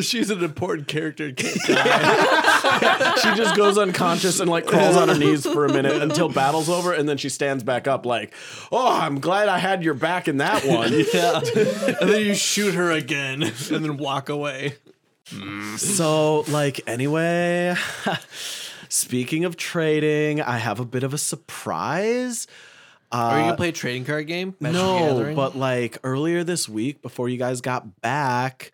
Speaker 4: she's an important character.
Speaker 7: She just goes unconscious and like crawls on her knees for a minute until battle's over and then she stands back up like, "Oh, I'm glad I had your back in that one."
Speaker 4: Yeah. and then you shoot her again and then walk away.
Speaker 7: So, like anyway, speaking of trading, I have a bit of a surprise.
Speaker 4: Are you going to play a trading card game? Magic the
Speaker 7: No,
Speaker 4: Gathering?
Speaker 7: but like earlier this week, before you guys got back,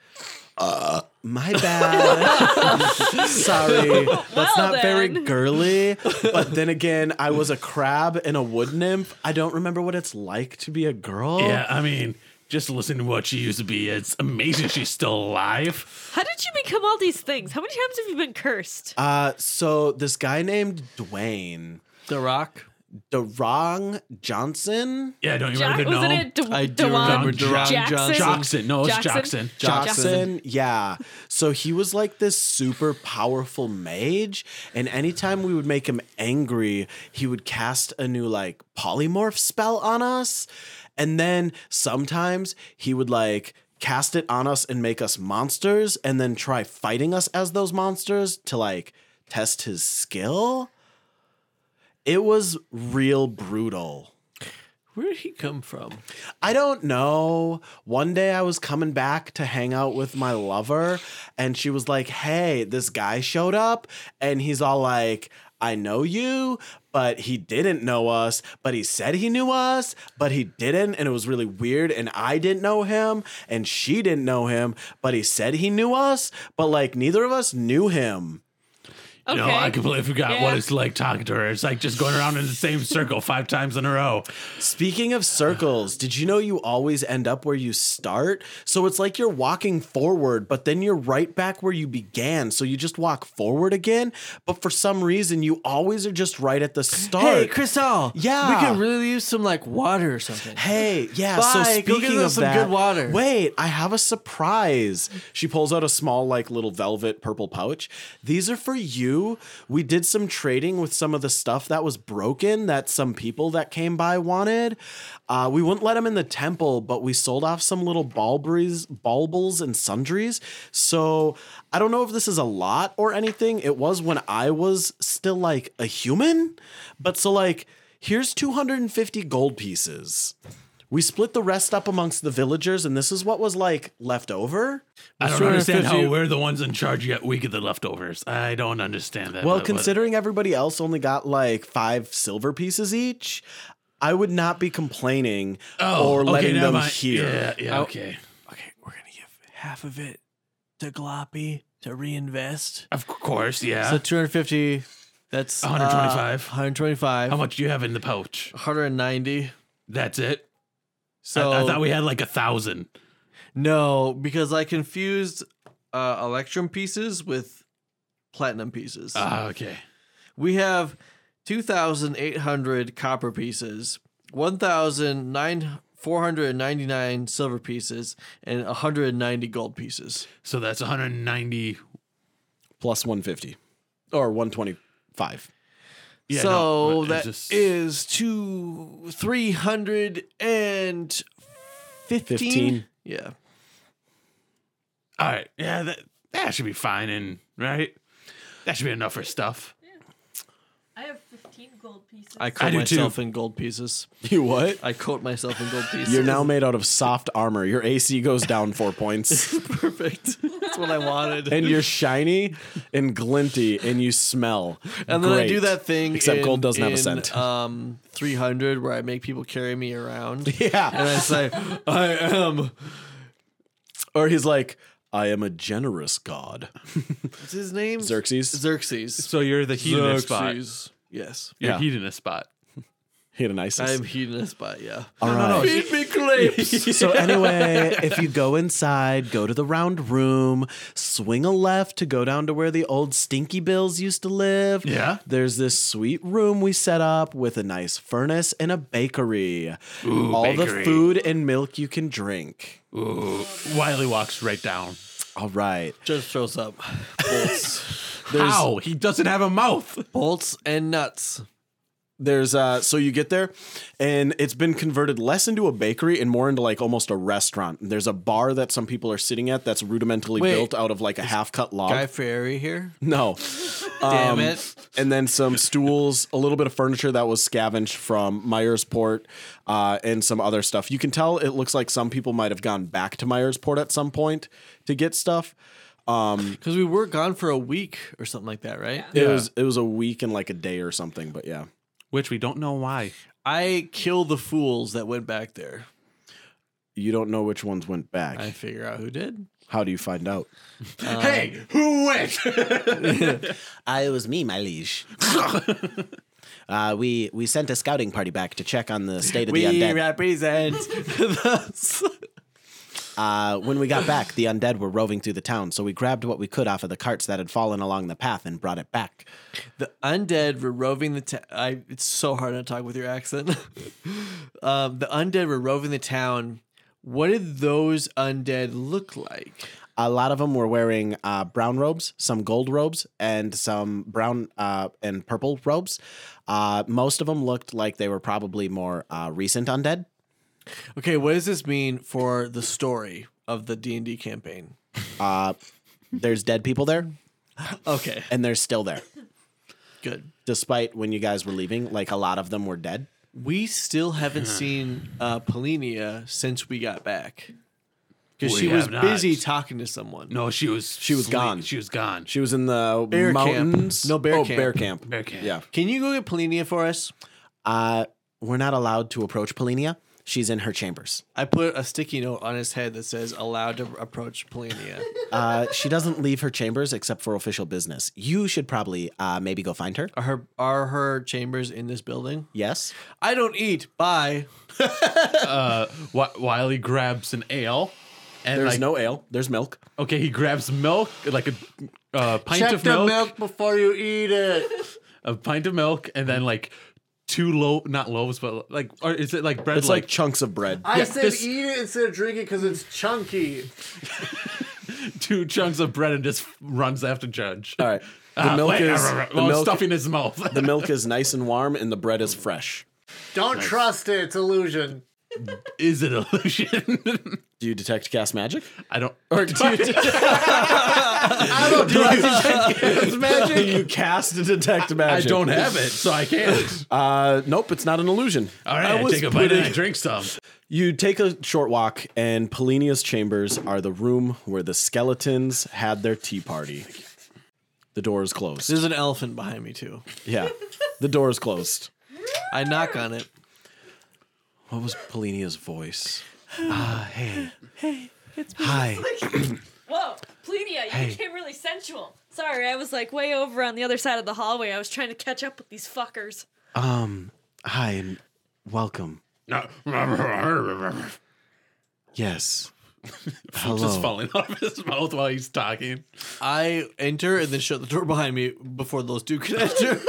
Speaker 7: uh, my bad. Sorry, that's
Speaker 5: Well
Speaker 7: not very
Speaker 5: then.
Speaker 7: girly. But then again, I was a crab and a wood nymph. I don't remember what it's like to be a girl.
Speaker 3: yeah.
Speaker 5: Oh.
Speaker 3: I mean, just listen to what she used to be. It's amazing she's still alive.
Speaker 5: How did you become all these things? How many times have you been cursed?
Speaker 7: Uh, so this guy named Dwayne
Speaker 4: The Rock.
Speaker 7: Derong Johnson.
Speaker 3: Yeah, don't you
Speaker 5: Jack,
Speaker 3: remember?
Speaker 5: wasn't
Speaker 3: No,
Speaker 5: it De-
Speaker 4: I do
Speaker 5: Dewan
Speaker 4: remember Dewan
Speaker 5: Jackson?
Speaker 4: Johnson.
Speaker 3: Jackson. No, it's Jackson.
Speaker 7: Jackson, yeah. So he was like this super powerful mage, and anytime we would make him angry, he would cast a new like polymorph spell on us. And then sometimes he would like cast it on us and make us monsters, and then try fighting us as those monsters to like test his skill. It was real brutal.
Speaker 4: Where did he come from?
Speaker 7: I don't know. One day I was coming back to hang out with my lover, and she was like, Hey, this guy showed up. And he's all like, I know you, but he didn't know us, but he said he knew us, but he didn't. And it was really weird. And I didn't know him, and she didn't know him, but he said he knew us, but like neither of us knew him.
Speaker 5: Okay.
Speaker 3: No, I completely forgot
Speaker 5: Yeah.
Speaker 3: what it's like talking to her. It's like just going around in the same circle five times in a row.
Speaker 7: Speaking of circles, did you know you always end up where you start? So it's like you're walking forward, but then you're right back where you began. So you just walk forward again, but for some reason you always are just right at the start.
Speaker 4: Hey, Crystal.
Speaker 7: Yeah.
Speaker 4: We could really use some like water or something.
Speaker 7: Hey, yeah. so
Speaker 4: Bye,
Speaker 7: speaking
Speaker 4: go get us
Speaker 7: of
Speaker 4: some
Speaker 7: that,
Speaker 4: good water.
Speaker 7: wait, I have a surprise. She pulls out a small, like, little velvet purple pouch. These are for you. We did some trading with some of the stuff that was broken that some people that came by wanted. Uh, we wouldn't let them in the temple, but we sold off some little bulbries, bulbils, and sundries. So I don't know if this is a lot or anything. It was when I was still like a human, but so like. Here's 250 gold pieces. We split the rest up amongst the villagers, and this is what was like left over.
Speaker 3: I don't understand how
Speaker 4: 250
Speaker 3: we're the ones in charge yet we get the leftovers. I don't understand that.
Speaker 7: Well,
Speaker 3: but what-
Speaker 7: considering everybody else only got like five silver pieces each,
Speaker 2: I would not be complaining or
Speaker 3: Oh, okay,
Speaker 2: letting
Speaker 3: never
Speaker 2: them
Speaker 3: mind.
Speaker 2: hear.
Speaker 3: Yeah, yeah, okay.
Speaker 4: Okay, we're gonna give half of it to Gloppy to reinvest.
Speaker 3: Of course, yeah.
Speaker 4: So 250. That's uh,
Speaker 3: 125.
Speaker 4: 125.
Speaker 3: How much do you have in the pouch?
Speaker 4: 190.
Speaker 3: That's it. I-
Speaker 4: So
Speaker 3: I, thought we had like a thousand.
Speaker 4: no, because I confused uh, electrum pieces with platinum pieces.
Speaker 3: Ah, okay.
Speaker 4: We have 2,800 copper pieces, 1,499 silver pieces, and 190 gold pieces.
Speaker 3: So that's 190.
Speaker 2: Plus 150 or 125.
Speaker 3: Yeah,
Speaker 4: so
Speaker 3: no, uh, it's
Speaker 4: that
Speaker 3: just-
Speaker 4: is two, 315.
Speaker 2: 15.
Speaker 4: Yeah.
Speaker 3: All right. Yeah, that that should be fine. And right, that should be enough for stuff.
Speaker 5: I have 15 gold pieces.
Speaker 4: I coat
Speaker 3: do
Speaker 4: myself in gold pieces.
Speaker 2: You what?
Speaker 4: I coat myself in gold pieces.
Speaker 2: You're now made out of soft armor. Your AC goes down four points,
Speaker 4: perfect. That's what I wanted.
Speaker 2: and you're shiny and glinty, and you smell.
Speaker 4: And then I do
Speaker 2: great.
Speaker 4: that thing.
Speaker 2: Except
Speaker 4: in-
Speaker 2: gold doesn't have a
Speaker 4: in,
Speaker 2: scent.
Speaker 4: Um, three hundred, where I make people carry me around, and
Speaker 2: yeah.
Speaker 4: I say, "I am."
Speaker 2: Or he's like, I am a generous god.
Speaker 4: What's his name?
Speaker 2: Xerxes.
Speaker 4: Xerxes.
Speaker 6: So you're the hedonist spot. You're
Speaker 4: Xerxes. Yes,
Speaker 2: Yeah.
Speaker 6: hedonist spot.
Speaker 2: He had an ISIS.
Speaker 4: I am hedonist, but yeah.
Speaker 2: All right.
Speaker 4: Feed me grapes.
Speaker 2: So anyway, if you go inside, go to the round room, swing a left to go down to where the old Stinky Bills used to live.
Speaker 3: Yeah.
Speaker 2: There's this sweet room we set up with a nice furnace and a bakery. All the
Speaker 3: bakery.
Speaker 2: food and milk you can drink.
Speaker 3: Ooh, Wiley walks right down.
Speaker 2: All right.
Speaker 4: Just shows up. Bolts,
Speaker 3: How he doesn't have a mouth.
Speaker 4: bolts and nuts.
Speaker 2: There's uh so you get there and it's been converted less into a bakery and more into like almost a restaurant. There's a bar that some people are sitting at that's rudimentally
Speaker 4: Wait.
Speaker 2: built out of like a half cut log.
Speaker 4: Guy Fairy here.
Speaker 2: no.
Speaker 4: Damn
Speaker 2: Um,
Speaker 4: it.
Speaker 2: and then some stools, a little bit of furniture that was scavenged from Myersport, uh, and some other stuff. You can tell it looks like some people might have gone back to Myersport at some point to get stuff. Um,
Speaker 4: Because we were gone for a week or something like that, right?
Speaker 2: it was it was a week and like a day or something, but yeah.
Speaker 6: Which we don't know why.
Speaker 4: I kill the fools that went back there.
Speaker 2: You don't know which ones went back.
Speaker 4: I figure out who did.
Speaker 2: How do you find out?
Speaker 3: hey, who went?
Speaker 7: Um, Uh, it was me, my liege. uh, we we sent a scouting party back to check on the state of the undead.
Speaker 4: represent.
Speaker 7: uh, when we got back, the undead were roving through the town, so we grabbed what we could off of the carts that had fallen along the path and brought it back.
Speaker 4: The undead were roving the. Ta- I. It's so hard not to talk with your accent. um, the undead were roving the town. What did those undead look like?
Speaker 7: A lot of them were wearing uh, brown robes, some gold robes, and some brown uh, and purple robes. Uh, most of them looked like they were probably more uh, recent undead.
Speaker 4: Okay, what does this mean for the story of the D and D campaign?
Speaker 7: There's dead people there,
Speaker 4: Okay,
Speaker 7: and they're still there.
Speaker 4: good.
Speaker 7: Despite when you guys were leaving, like a lot of them were dead.
Speaker 4: We still haven't seen uh, Polinia since we got back because
Speaker 3: We
Speaker 4: she was
Speaker 3: have not.
Speaker 4: busy talking to someone.
Speaker 3: no, she was.
Speaker 2: She was
Speaker 3: sleep-
Speaker 2: gone.
Speaker 3: She was gone.
Speaker 2: She was in the
Speaker 4: Bear camp.
Speaker 2: mountains.
Speaker 4: No, bear
Speaker 2: oh,
Speaker 4: camp.
Speaker 2: bear camp.
Speaker 3: Bear camp.
Speaker 2: Yeah.
Speaker 4: Can you go get Polinia for us?
Speaker 7: Uh, we're not allowed to approach Polinia. She's in her chambers.
Speaker 4: I put a sticky note on his head that says "Allowed to approach Polinia."
Speaker 7: Uh, she doesn't leave her chambers except for official business. You should probably uh, maybe go find her.
Speaker 4: Are her are her chambers in this building?
Speaker 7: Yes.
Speaker 4: I don't eat. Bye.
Speaker 6: Uh, Wi- Wiley grabs an ale, and
Speaker 2: There's
Speaker 6: like,
Speaker 2: no ale. There's milk.
Speaker 6: okay, he grabs milk, like a uh, pint of milk,
Speaker 4: before you eat it.
Speaker 6: a pint of milk, and then like two low, not loaves, but like, or is it like bread?
Speaker 2: It's like chunks of bread.
Speaker 4: I
Speaker 6: Yeah, said this-
Speaker 4: eat it instead of drink it because it's chunky.
Speaker 6: two chunks of bread, and just runs after Judge.
Speaker 2: All right. The
Speaker 6: Ah,
Speaker 2: milk
Speaker 6: wait,
Speaker 2: is
Speaker 6: ah, ah, ah,
Speaker 2: the
Speaker 6: well,
Speaker 2: milk,
Speaker 6: stuffing his mouth.
Speaker 2: the milk is nice and warm and the bread is fresh.
Speaker 8: Don't trust it. It's illusion.
Speaker 6: is an illusion.
Speaker 2: Do you detect cast magic?
Speaker 6: I don't. Or do you,
Speaker 2: magic. you cast to detect
Speaker 6: I
Speaker 2: magic.
Speaker 6: don't have it, so I can't.
Speaker 2: Uh, nope, it's not an illusion.
Speaker 6: All right, I
Speaker 2: was
Speaker 6: take a bite and I
Speaker 2: putting-
Speaker 6: drink some.
Speaker 2: You take a short walk, and Polinia's chambers are the room where the skeletons had their tea party. The door is closed.
Speaker 4: There's an elephant behind me too.
Speaker 2: yeah, the door is closed.
Speaker 4: I knock on it.
Speaker 7: What was Polinia's voice?
Speaker 5: It's
Speaker 7: Ah, Hi.
Speaker 5: Whoa, Plenia, you became really sensual. Sorry, I was like way over on the other side of the hallway. I was trying to catch up with these fuckers.
Speaker 7: Um, hi and welcome. Yes.
Speaker 6: Just
Speaker 7: Hello.
Speaker 6: falling off his mouth while he's talking.
Speaker 4: I enter and then shut the door behind me before those two can enter.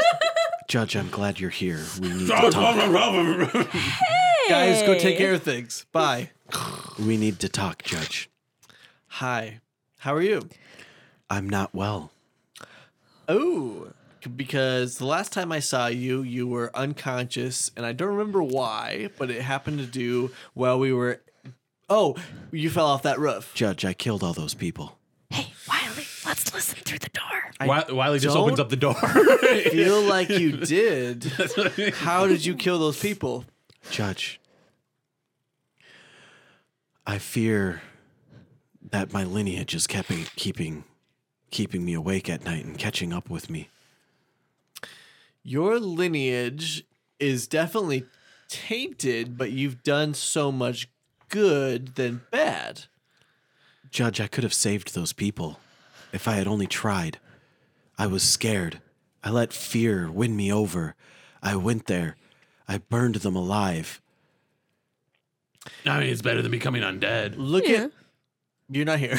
Speaker 7: Judge, I'm glad you're here. We need to
Speaker 6: Oh,
Speaker 7: talk.
Speaker 4: Guys, go take care of things. Bye.
Speaker 7: We need to talk, Judge.
Speaker 4: Hi. How are you?
Speaker 7: I'm not well.
Speaker 4: Oh, c- because the last time I saw you, you were unconscious, and I don't remember why, but it happened to do while we were. Oh, you fell off that roof.
Speaker 7: Judge, I killed all those people.
Speaker 5: Hey, Wiley, let's listen through the door.
Speaker 6: Wi- Wiley just
Speaker 4: don't-
Speaker 6: opens up the door.
Speaker 4: I feel like you did. How did you kill those people?
Speaker 7: Judge, I fear that my lineage is keeping keeping keeping me awake at night and catching up with me.
Speaker 4: Your lineage is definitely tainted, but you've done so much good than bad.
Speaker 7: Judge, I could have saved those people if I had only tried. I was scared. I let fear win me over. I went there. I burned them alive.
Speaker 3: I mean, it's better than becoming undead.
Speaker 4: Look at. You're not here.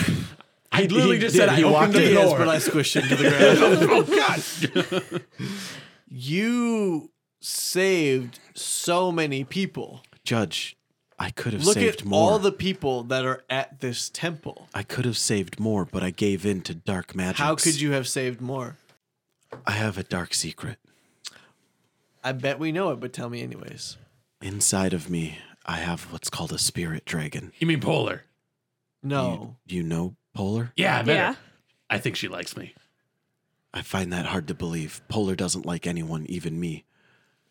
Speaker 6: I literally just said I opened the
Speaker 4: Yes,
Speaker 6: door.
Speaker 4: but I squished into the ground.
Speaker 6: oh god!
Speaker 4: you saved so many people.
Speaker 7: Judge, I could have
Speaker 4: Look
Speaker 7: saved
Speaker 4: at
Speaker 7: more.
Speaker 4: all the people that are at this temple.
Speaker 7: I could have saved more, but I gave in to dark magic.
Speaker 4: How could you have saved more?
Speaker 7: I have a dark secret.
Speaker 4: I bet we know it, but tell me anyways.
Speaker 7: Inside of me, I have what's called a spirit dragon.
Speaker 3: You mean polar?
Speaker 4: No.
Speaker 7: You know Polar?
Speaker 3: Yeah, I bet
Speaker 5: Yeah.
Speaker 3: her. I think she likes me.
Speaker 7: I find that hard to believe. Polar doesn't like anyone, even me.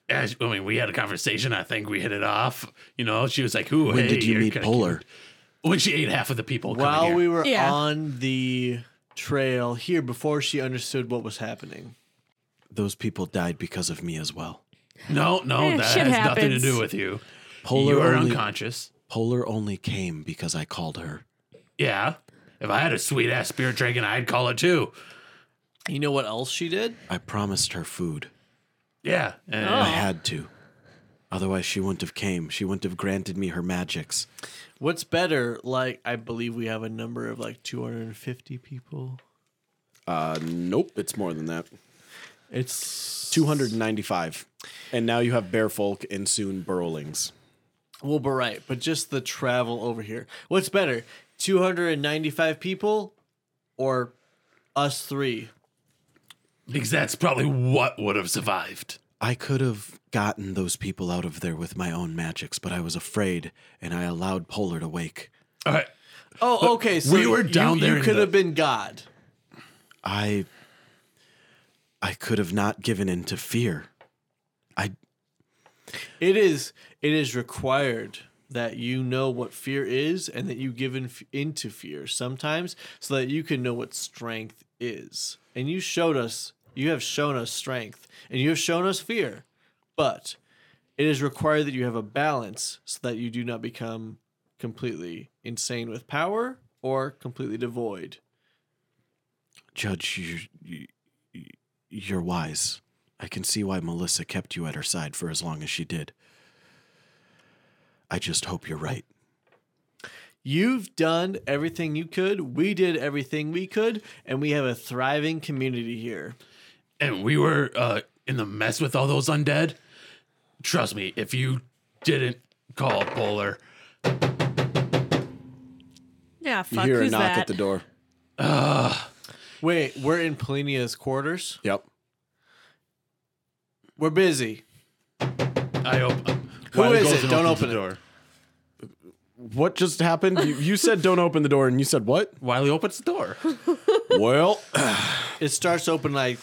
Speaker 3: Yeah, she- I mean, we had a conversation. I think we hit it off. You know, she was like, "Ooh,
Speaker 7: When
Speaker 3: hey,
Speaker 7: did you
Speaker 3: you're
Speaker 7: meet
Speaker 3: kinda
Speaker 7: Polar?
Speaker 3: cute." When she ate half of the people. coming
Speaker 4: While
Speaker 3: here.
Speaker 4: we were
Speaker 5: Yeah.
Speaker 4: on the trail here before she understood what was happening.
Speaker 7: Those people died because of me as well.
Speaker 3: no, no,
Speaker 5: Eh,
Speaker 3: that
Speaker 5: shit
Speaker 3: has nothing to
Speaker 5: happens.
Speaker 3: do with you.
Speaker 7: Polar
Speaker 3: you are
Speaker 7: only-
Speaker 3: unconscious.
Speaker 7: Polar only came because I called her.
Speaker 3: Yeah. If I had a sweet ass spirit dragon, I'd call it too.
Speaker 4: You know what else she did?
Speaker 7: I promised her food.
Speaker 3: Yeah. And
Speaker 2: Oh.
Speaker 7: I had to. Otherwise she wouldn't have came. She wouldn't have granted me her magics.
Speaker 4: What's better? Like I believe we have a number of like 250 people.
Speaker 2: Nope, it's more than that.
Speaker 4: It's
Speaker 2: 295. And now you have bear folk and soon burrowlings.
Speaker 4: Well, but right, but just the travel over here. What's better, two hundred and ninety-five people, or us three?
Speaker 3: Because that's probably what would have survived.
Speaker 7: I could have gotten those people out of there with my own magics, but I was afraid and I allowed Polar to wake.
Speaker 3: All right.
Speaker 4: Oh, okay. So
Speaker 3: we were
Speaker 4: you-
Speaker 3: down there
Speaker 4: You
Speaker 3: in
Speaker 4: could
Speaker 3: the-
Speaker 4: have been God.
Speaker 7: I I could have not given in to fear. I
Speaker 4: It is. It is required that you know what fear is and that you give in, into fear sometimes, so that you can know what strength is. And you showed us. You have shown us strength, and you have shown us fear, but it is required that you have a balance so that you do not become completely insane with power or completely devoid.
Speaker 7: Judge, you're, you- you- you're wise. I can see why Melissa kept you at her side for as long as she did. I just hope you're right.
Speaker 4: You've done everything you could. We did everything we could, and we have a thriving community here.
Speaker 3: And we were uh, in the mess with all those undead. Trust me, if you didn't call Polar,
Speaker 5: Yeah,
Speaker 2: You
Speaker 5: fuck,
Speaker 2: hear
Speaker 5: who's
Speaker 2: a knock
Speaker 5: that?
Speaker 2: at the door.
Speaker 4: Wait, we're in Polinia's quarters.
Speaker 2: Yep.
Speaker 4: We're busy.
Speaker 3: I open.
Speaker 4: Who
Speaker 6: Wiley
Speaker 4: is
Speaker 6: goes
Speaker 4: it?
Speaker 6: and
Speaker 4: Don't
Speaker 6: opens
Speaker 4: open it.
Speaker 6: the door.
Speaker 2: What just happened? You, you said don't open the door, and you said what?
Speaker 6: Wiley opens the door.
Speaker 2: Well,
Speaker 4: It starts open like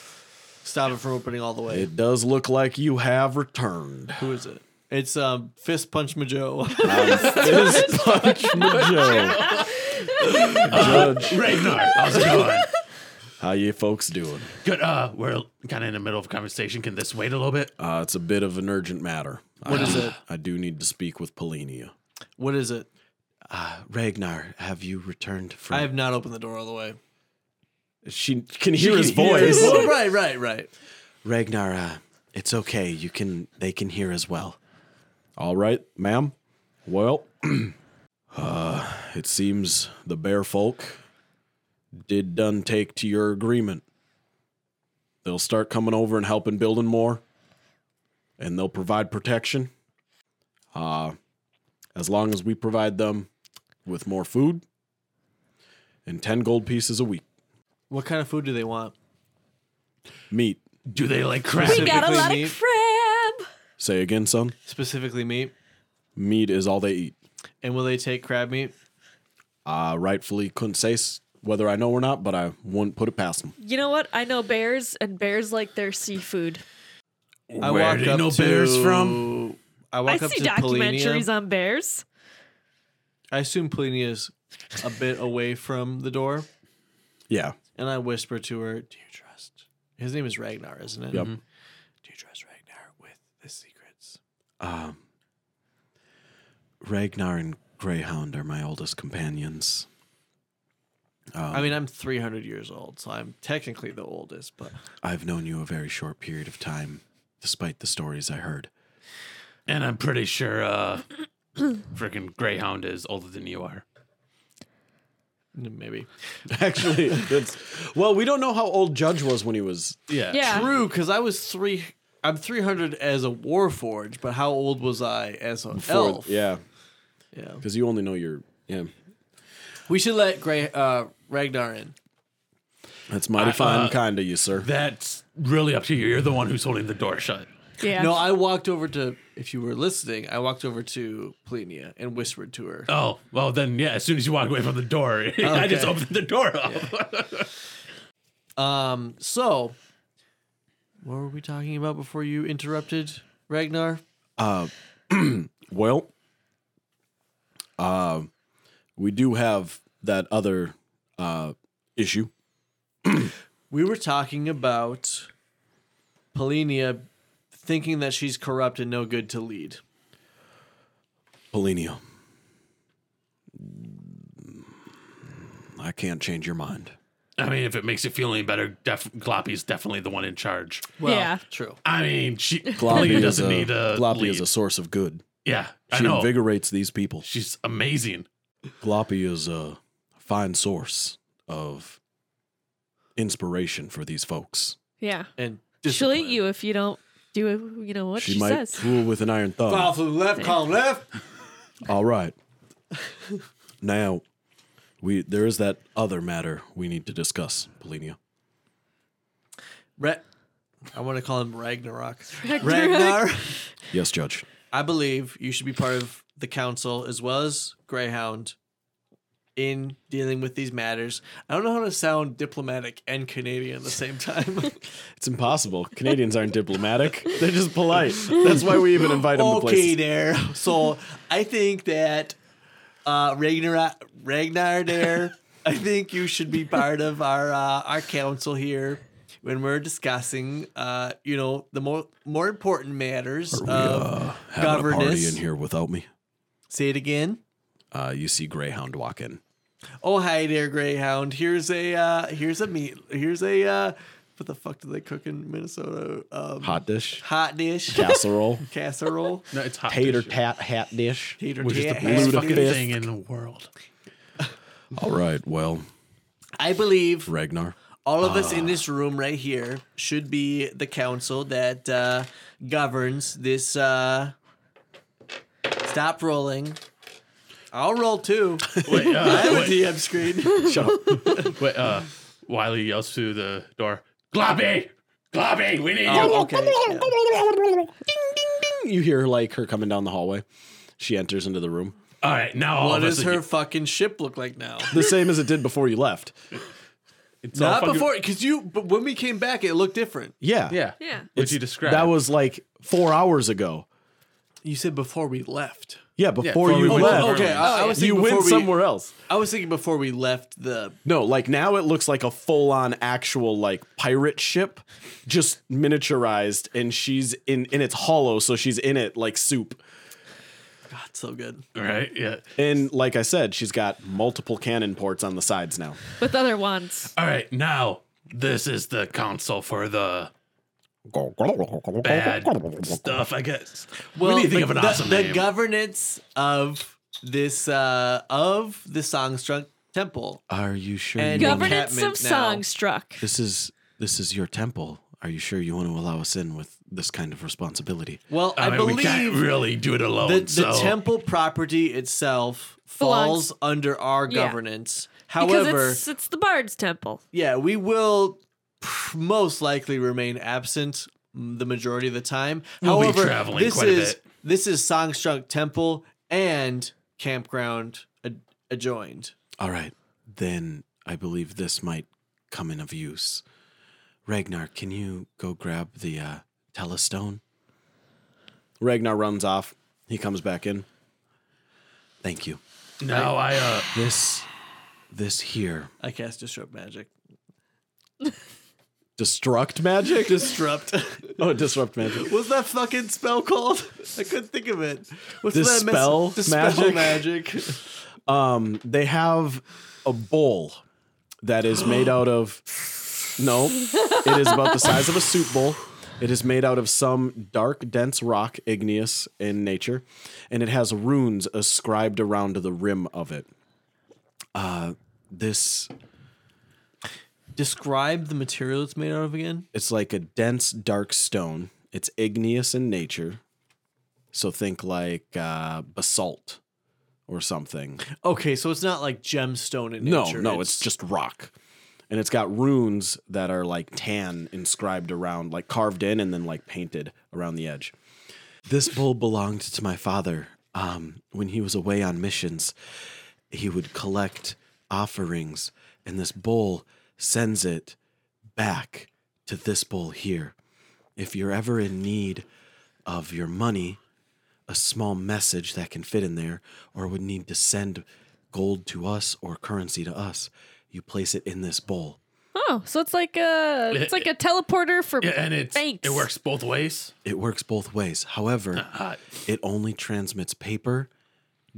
Speaker 4: stop it from opening all the way.
Speaker 2: it does look like you have returned.
Speaker 4: Who is it? It's um Fist Punch Majo.
Speaker 2: It is Punch Mojo. Judge,
Speaker 3: Ragnar, how's it going?
Speaker 2: how you folks doing?
Speaker 3: Good. Uh, we're kind of in the middle of a conversation. Can this wait a little bit?
Speaker 2: Uh, it's a bit of an urgent matter.
Speaker 4: What is it?
Speaker 2: I do need to speak with Polinia.
Speaker 4: What is it?
Speaker 7: Uh, Ragnar, have you returned from?
Speaker 4: I have not opened the door all the way.
Speaker 2: She can hear his
Speaker 4: Yeah,
Speaker 2: voice.
Speaker 4: well, right, right, right.
Speaker 7: Ragnar, uh, it's okay. You can. They can hear as well.
Speaker 2: All right, ma'am. Well, uh, it seems the bear folk did done take to your agreement. They'll start coming over and helping building more, and they'll provide protection. Uh, as long as we provide them with more food and 10 gold pieces a week.
Speaker 4: What kind of food do they want?
Speaker 2: Meat.
Speaker 3: Do they like crap?
Speaker 5: We got a
Speaker 4: Specifically
Speaker 5: lot
Speaker 4: meat.
Speaker 5: of crab.
Speaker 2: Say again, son.
Speaker 4: Specifically meat.
Speaker 2: Meat is all they eat.
Speaker 4: And will they take crab meat?
Speaker 2: I rightfully couldn't say s- whether I know or not, but I wouldn't put it past them.
Speaker 5: You know what? I know bears, and bears like their seafood.
Speaker 4: I
Speaker 3: Where
Speaker 4: walk
Speaker 3: do you
Speaker 4: up
Speaker 3: know
Speaker 4: to,
Speaker 3: bears
Speaker 4: from. I
Speaker 5: I
Speaker 4: walk up
Speaker 5: see
Speaker 4: to
Speaker 5: documentaries
Speaker 4: Polinia.
Speaker 5: on bears.
Speaker 4: I assume Polinia is a bit away from the door,
Speaker 2: Yeah.
Speaker 4: and I whisper to her, "Do you trust?" His name is Ragnar, isn't it?
Speaker 2: Yep.
Speaker 4: Do you trust Ragnar with the secrets?
Speaker 7: Um, Ragnar and Greyhound are my oldest companions.
Speaker 4: I mean, I'm 300 years old, so I'm technically the oldest, but
Speaker 7: I've known you a very short period of time, despite the stories I heard.
Speaker 3: And I'm pretty sure uh freaking Greyhound is older than you are.
Speaker 4: maybe
Speaker 2: Actually, it's well, we don't know how old Judge was when he was.
Speaker 5: Yeah.
Speaker 4: true because I was three. I'm 300 as a Warforged, but how old was I as an elf?
Speaker 2: Yeah,
Speaker 4: yeah.
Speaker 2: because you only know your. Yeah,
Speaker 4: We should let Gray uh, Ragnar in.
Speaker 2: that's mighty
Speaker 3: I-
Speaker 2: fine,
Speaker 3: uh,
Speaker 2: kind of you, sir.
Speaker 3: That's really up to you. You're the one who's holding the door shut.
Speaker 5: Yeah.
Speaker 4: No, I walked over to. If you were listening, I walked over to Plenia and whispered to her.
Speaker 3: Oh, well then yeah, as soon as you walk away from the door, I just
Speaker 4: Okay.
Speaker 3: opened the door up.
Speaker 4: Um, so what were we talking about before you interrupted, Ragnar?
Speaker 2: Well, uh,
Speaker 7: uh,
Speaker 2: we do have that other uh issue.
Speaker 4: We were talking about Polinia thinking that she's corrupt and no good to lead.
Speaker 2: Pollenio. I can't change your mind.
Speaker 3: I mean, if it makes you feel any better, def- Gloppy's definitely the one in charge.
Speaker 5: Yeah.
Speaker 4: true.
Speaker 3: I mean, she Gloppy
Speaker 2: Gloppy is
Speaker 3: doesn't
Speaker 2: a,
Speaker 3: need a
Speaker 2: Gloppy
Speaker 3: lead.
Speaker 2: is a source of good.
Speaker 3: yeah. I
Speaker 2: She
Speaker 3: know
Speaker 2: invigorates these people.
Speaker 3: she's amazing.
Speaker 2: Gloppy is a fine source of inspiration for these folks.
Speaker 5: yeah.
Speaker 4: And
Speaker 5: She'll eat
Speaker 4: discipline.
Speaker 5: you if you don't do you know what she,
Speaker 2: she might
Speaker 5: says.
Speaker 2: rule with an iron thumb.
Speaker 4: the left, column left.
Speaker 2: All right. now, we there is that other matter we need to discuss, Polinia.
Speaker 4: Ra- I want to call him Ragnarok. Ragnar.
Speaker 2: Yes, Judge.
Speaker 4: I believe you should be part of the council as well as Greyhound in dealing with these matters. I don't know how to sound diplomatic and Canadian at the same time.
Speaker 2: It's impossible. Canadians aren't diplomatic. They're just polite. That's why we even invite them to
Speaker 4: okay,
Speaker 2: places.
Speaker 4: there. So I think that uh, Ragnar, Ragnar, there. I think you should be part of our uh, our council here when we're discussing, uh, you know, the more more important matters of
Speaker 2: Having a party in
Speaker 4: governance.
Speaker 2: here without me.
Speaker 4: Say it again.
Speaker 2: Uh, you see Greyhound walk in.
Speaker 4: Oh hi there, Greyhound. Here's a uh, here's a meat. Here's a uh, what the fuck do they cook in Minnesota? Um,
Speaker 2: Hot dish,
Speaker 4: hot dish,
Speaker 2: casserole,
Speaker 4: casserole,
Speaker 3: No, it's hot
Speaker 2: tater
Speaker 3: dish.
Speaker 2: tat hat dish.
Speaker 4: tater
Speaker 3: which is the
Speaker 4: tat,
Speaker 3: best
Speaker 4: hash
Speaker 3: fucking
Speaker 4: dish.
Speaker 3: thing in the world.
Speaker 2: All right. Well,
Speaker 4: I believe
Speaker 2: Ragnar.
Speaker 4: all of
Speaker 3: Ah.
Speaker 4: us in this room right here should be the council that uh, governs this. Uh, stop rolling. I'll roll too.
Speaker 3: Wait,
Speaker 4: I
Speaker 3: uh,
Speaker 4: have a
Speaker 3: wait,
Speaker 4: DM screen.
Speaker 3: wait, uh, Wiley yells through the door, Gloppy! Gloppy, we need you!
Speaker 4: okay. yeah.
Speaker 2: You hear like her coming down the hallway. She enters into the room.
Speaker 3: All right, now all
Speaker 4: What
Speaker 3: of us
Speaker 4: does
Speaker 3: are-
Speaker 4: her fucking ship look like now?
Speaker 2: The same as it did before you left.
Speaker 3: it's all
Speaker 4: Not
Speaker 3: fucking-
Speaker 4: before, because you. But when we came back, it looked different.
Speaker 2: Yeah.
Speaker 6: Yeah.
Speaker 5: Yeah.
Speaker 6: Which you described.
Speaker 2: That was like four hours ago.
Speaker 4: You said before we left.
Speaker 2: Yeah, before
Speaker 6: before
Speaker 2: you
Speaker 6: we went
Speaker 2: left.
Speaker 6: over.
Speaker 4: Oh, okay, I, I was
Speaker 2: you
Speaker 4: thinking
Speaker 2: went
Speaker 4: before we,
Speaker 2: somewhere else.
Speaker 4: I was thinking before we left the
Speaker 2: No, like now it looks like a full on actual like pirate ship, just miniaturized, and she's in and it's hollow, so she's in it like soup.
Speaker 4: God, so good.
Speaker 3: Right? Yeah.
Speaker 2: And like I said, she's got multiple cannon ports on the sides now.
Speaker 5: with other ones.
Speaker 3: All right, now this is the console for the bad stuff, I guess. Well, we need to think
Speaker 4: the,
Speaker 3: of an
Speaker 4: the-
Speaker 3: awesome
Speaker 4: the
Speaker 3: name.
Speaker 4: governance of this uh of the Songstruck Temple.
Speaker 7: Are you sure?
Speaker 4: And-
Speaker 7: you
Speaker 4: Go-
Speaker 7: want-
Speaker 5: Governance of
Speaker 4: enchantment now.
Speaker 5: Songstruck.
Speaker 7: this is this is your temple. Are you sure you want to allow us in with this kind of responsibility?
Speaker 4: Well, I,
Speaker 3: I, mean, we can't
Speaker 4: believe
Speaker 3: really do it alone.
Speaker 4: the, the
Speaker 3: so
Speaker 4: temple property itself
Speaker 5: Belongs-
Speaker 4: falls under our
Speaker 5: Yeah.
Speaker 4: governance.
Speaker 5: Because
Speaker 4: However,
Speaker 5: it's, it's the Bard's Temple.
Speaker 4: yeah, we will pr- most likely remain absent m- the majority of the time.
Speaker 3: We'll be
Speaker 4: However,
Speaker 3: traveling
Speaker 4: this
Speaker 3: quite a
Speaker 4: is
Speaker 3: bit.
Speaker 4: this is Songstruck Temple and campground ad- adjoined.
Speaker 7: All right, then I believe this might come in of use. Ragnar, can you go grab the uh, telestone?
Speaker 2: Ragnar runs off. He comes back in.
Speaker 7: Thank you.
Speaker 3: now I uh
Speaker 7: This, this here.
Speaker 4: I cast disrupt magic.
Speaker 2: Destruct magic?
Speaker 4: Disrupt.
Speaker 2: oh, disrupt magic.
Speaker 4: What's that fucking spell called? I couldn't think of it. What's that mess-
Speaker 2: Dispel
Speaker 4: Dispel
Speaker 2: magic?
Speaker 4: magic.
Speaker 2: Um, they have a bowl that is made out of. No, it is about the size of a soup bowl. It is made out of some dark, dense rock, igneous in nature, and it has runes ascribed around the rim of it. Uh,
Speaker 7: This
Speaker 4: Describe the material it's made out of again.
Speaker 2: It's like a dense, dark stone. It's igneous in nature, so think like uh, basalt or something.
Speaker 4: Okay, so it's not like gemstone in
Speaker 2: No,
Speaker 4: nature.
Speaker 2: no, it's, just rock. And it's got runes that are like tan inscribed around, like carved in and then like painted around the edge.
Speaker 7: this bowl belonged to my father. Um, when he was away on missions, he would collect offerings, and this bowl sends it back to this bowl here. If you're ever in need of your money, a small message that can fit in there, or would need to send gold to us or currency to us, you place it in this bowl.
Speaker 5: Oh, so it's like a it's like a teleporter for
Speaker 3: yeah, and it's
Speaker 5: banks.
Speaker 3: it works both ways.
Speaker 7: It works both ways. However,
Speaker 3: Uh,
Speaker 7: It only transmits paper,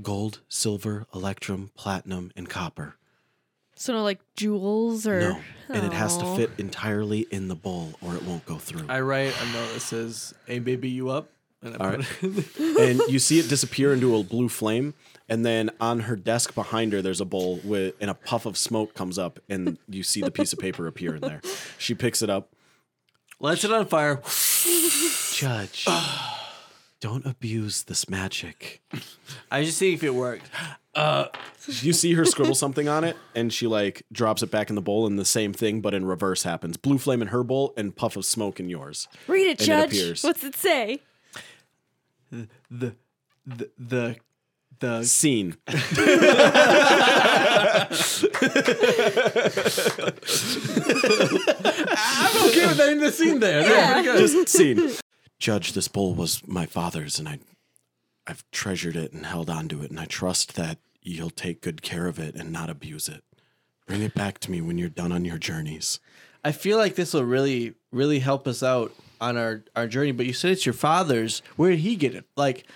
Speaker 7: gold, silver, electrum, platinum, and copper.
Speaker 5: So no, like jewels or
Speaker 7: No. And it has to
Speaker 5: Aw.
Speaker 7: fit entirely in the bowl or it won't go through.
Speaker 4: I write a note that says, "Hey, baby, you up?" And I put it in the-
Speaker 2: and you see it disappear into a blue flame. And then on her desk behind her, there's a bowl with, and a puff of smoke comes up, and you see the piece of paper appear in there. She picks it up.
Speaker 4: lights it on fire.
Speaker 7: Judge, don't abuse this magic.
Speaker 4: I just see if it worked.
Speaker 2: You see her scribble something on it, and she like drops it back in the bowl, and the same thing, but in reverse happens. Blue flame in her bowl, and puff of smoke in yours.
Speaker 5: Read it,
Speaker 2: it
Speaker 5: Judge.
Speaker 2: appears.
Speaker 5: What's it say?
Speaker 4: The, the, the, the.
Speaker 2: Scene.
Speaker 6: okay with ending the scene there.
Speaker 2: Just scene.
Speaker 7: Judge, this bowl was my father's and I I've treasured it and held on to it and I trust that you'll take good care of it and not abuse it. Bring it back to me when you're done on your journeys.
Speaker 4: I feel like this will really, really help us out on our our journey. But you said it's your father's. Where did he get it? Like,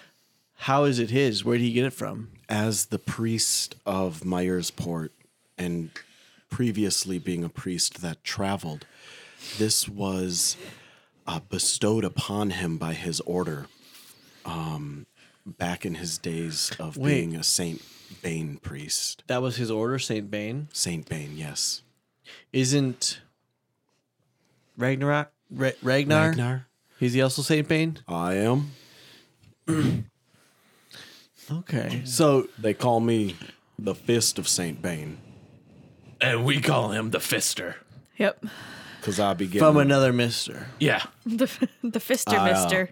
Speaker 4: how is it his? Where did he get it from?
Speaker 7: as the priest of Myersport and previously being a priest that traveled, this was uh, bestowed upon him by his order um, back in his days of
Speaker 4: Wait.
Speaker 7: being a Saint Bane priest.
Speaker 4: That was his order, Saint Bane.
Speaker 7: Saint Bane, yes.
Speaker 4: Isn't Ragnarok? Ra- Ragnar?
Speaker 7: Ragnar?
Speaker 4: He's the also Saint Bane.
Speaker 2: I am.
Speaker 4: Okay. So
Speaker 2: They call me the Fist of Saint Bane
Speaker 3: and we call him the Fister.
Speaker 5: Yep.
Speaker 2: because I be
Speaker 4: from
Speaker 2: getting.
Speaker 4: another Mister.
Speaker 3: Yeah,
Speaker 5: The the Fister Mister.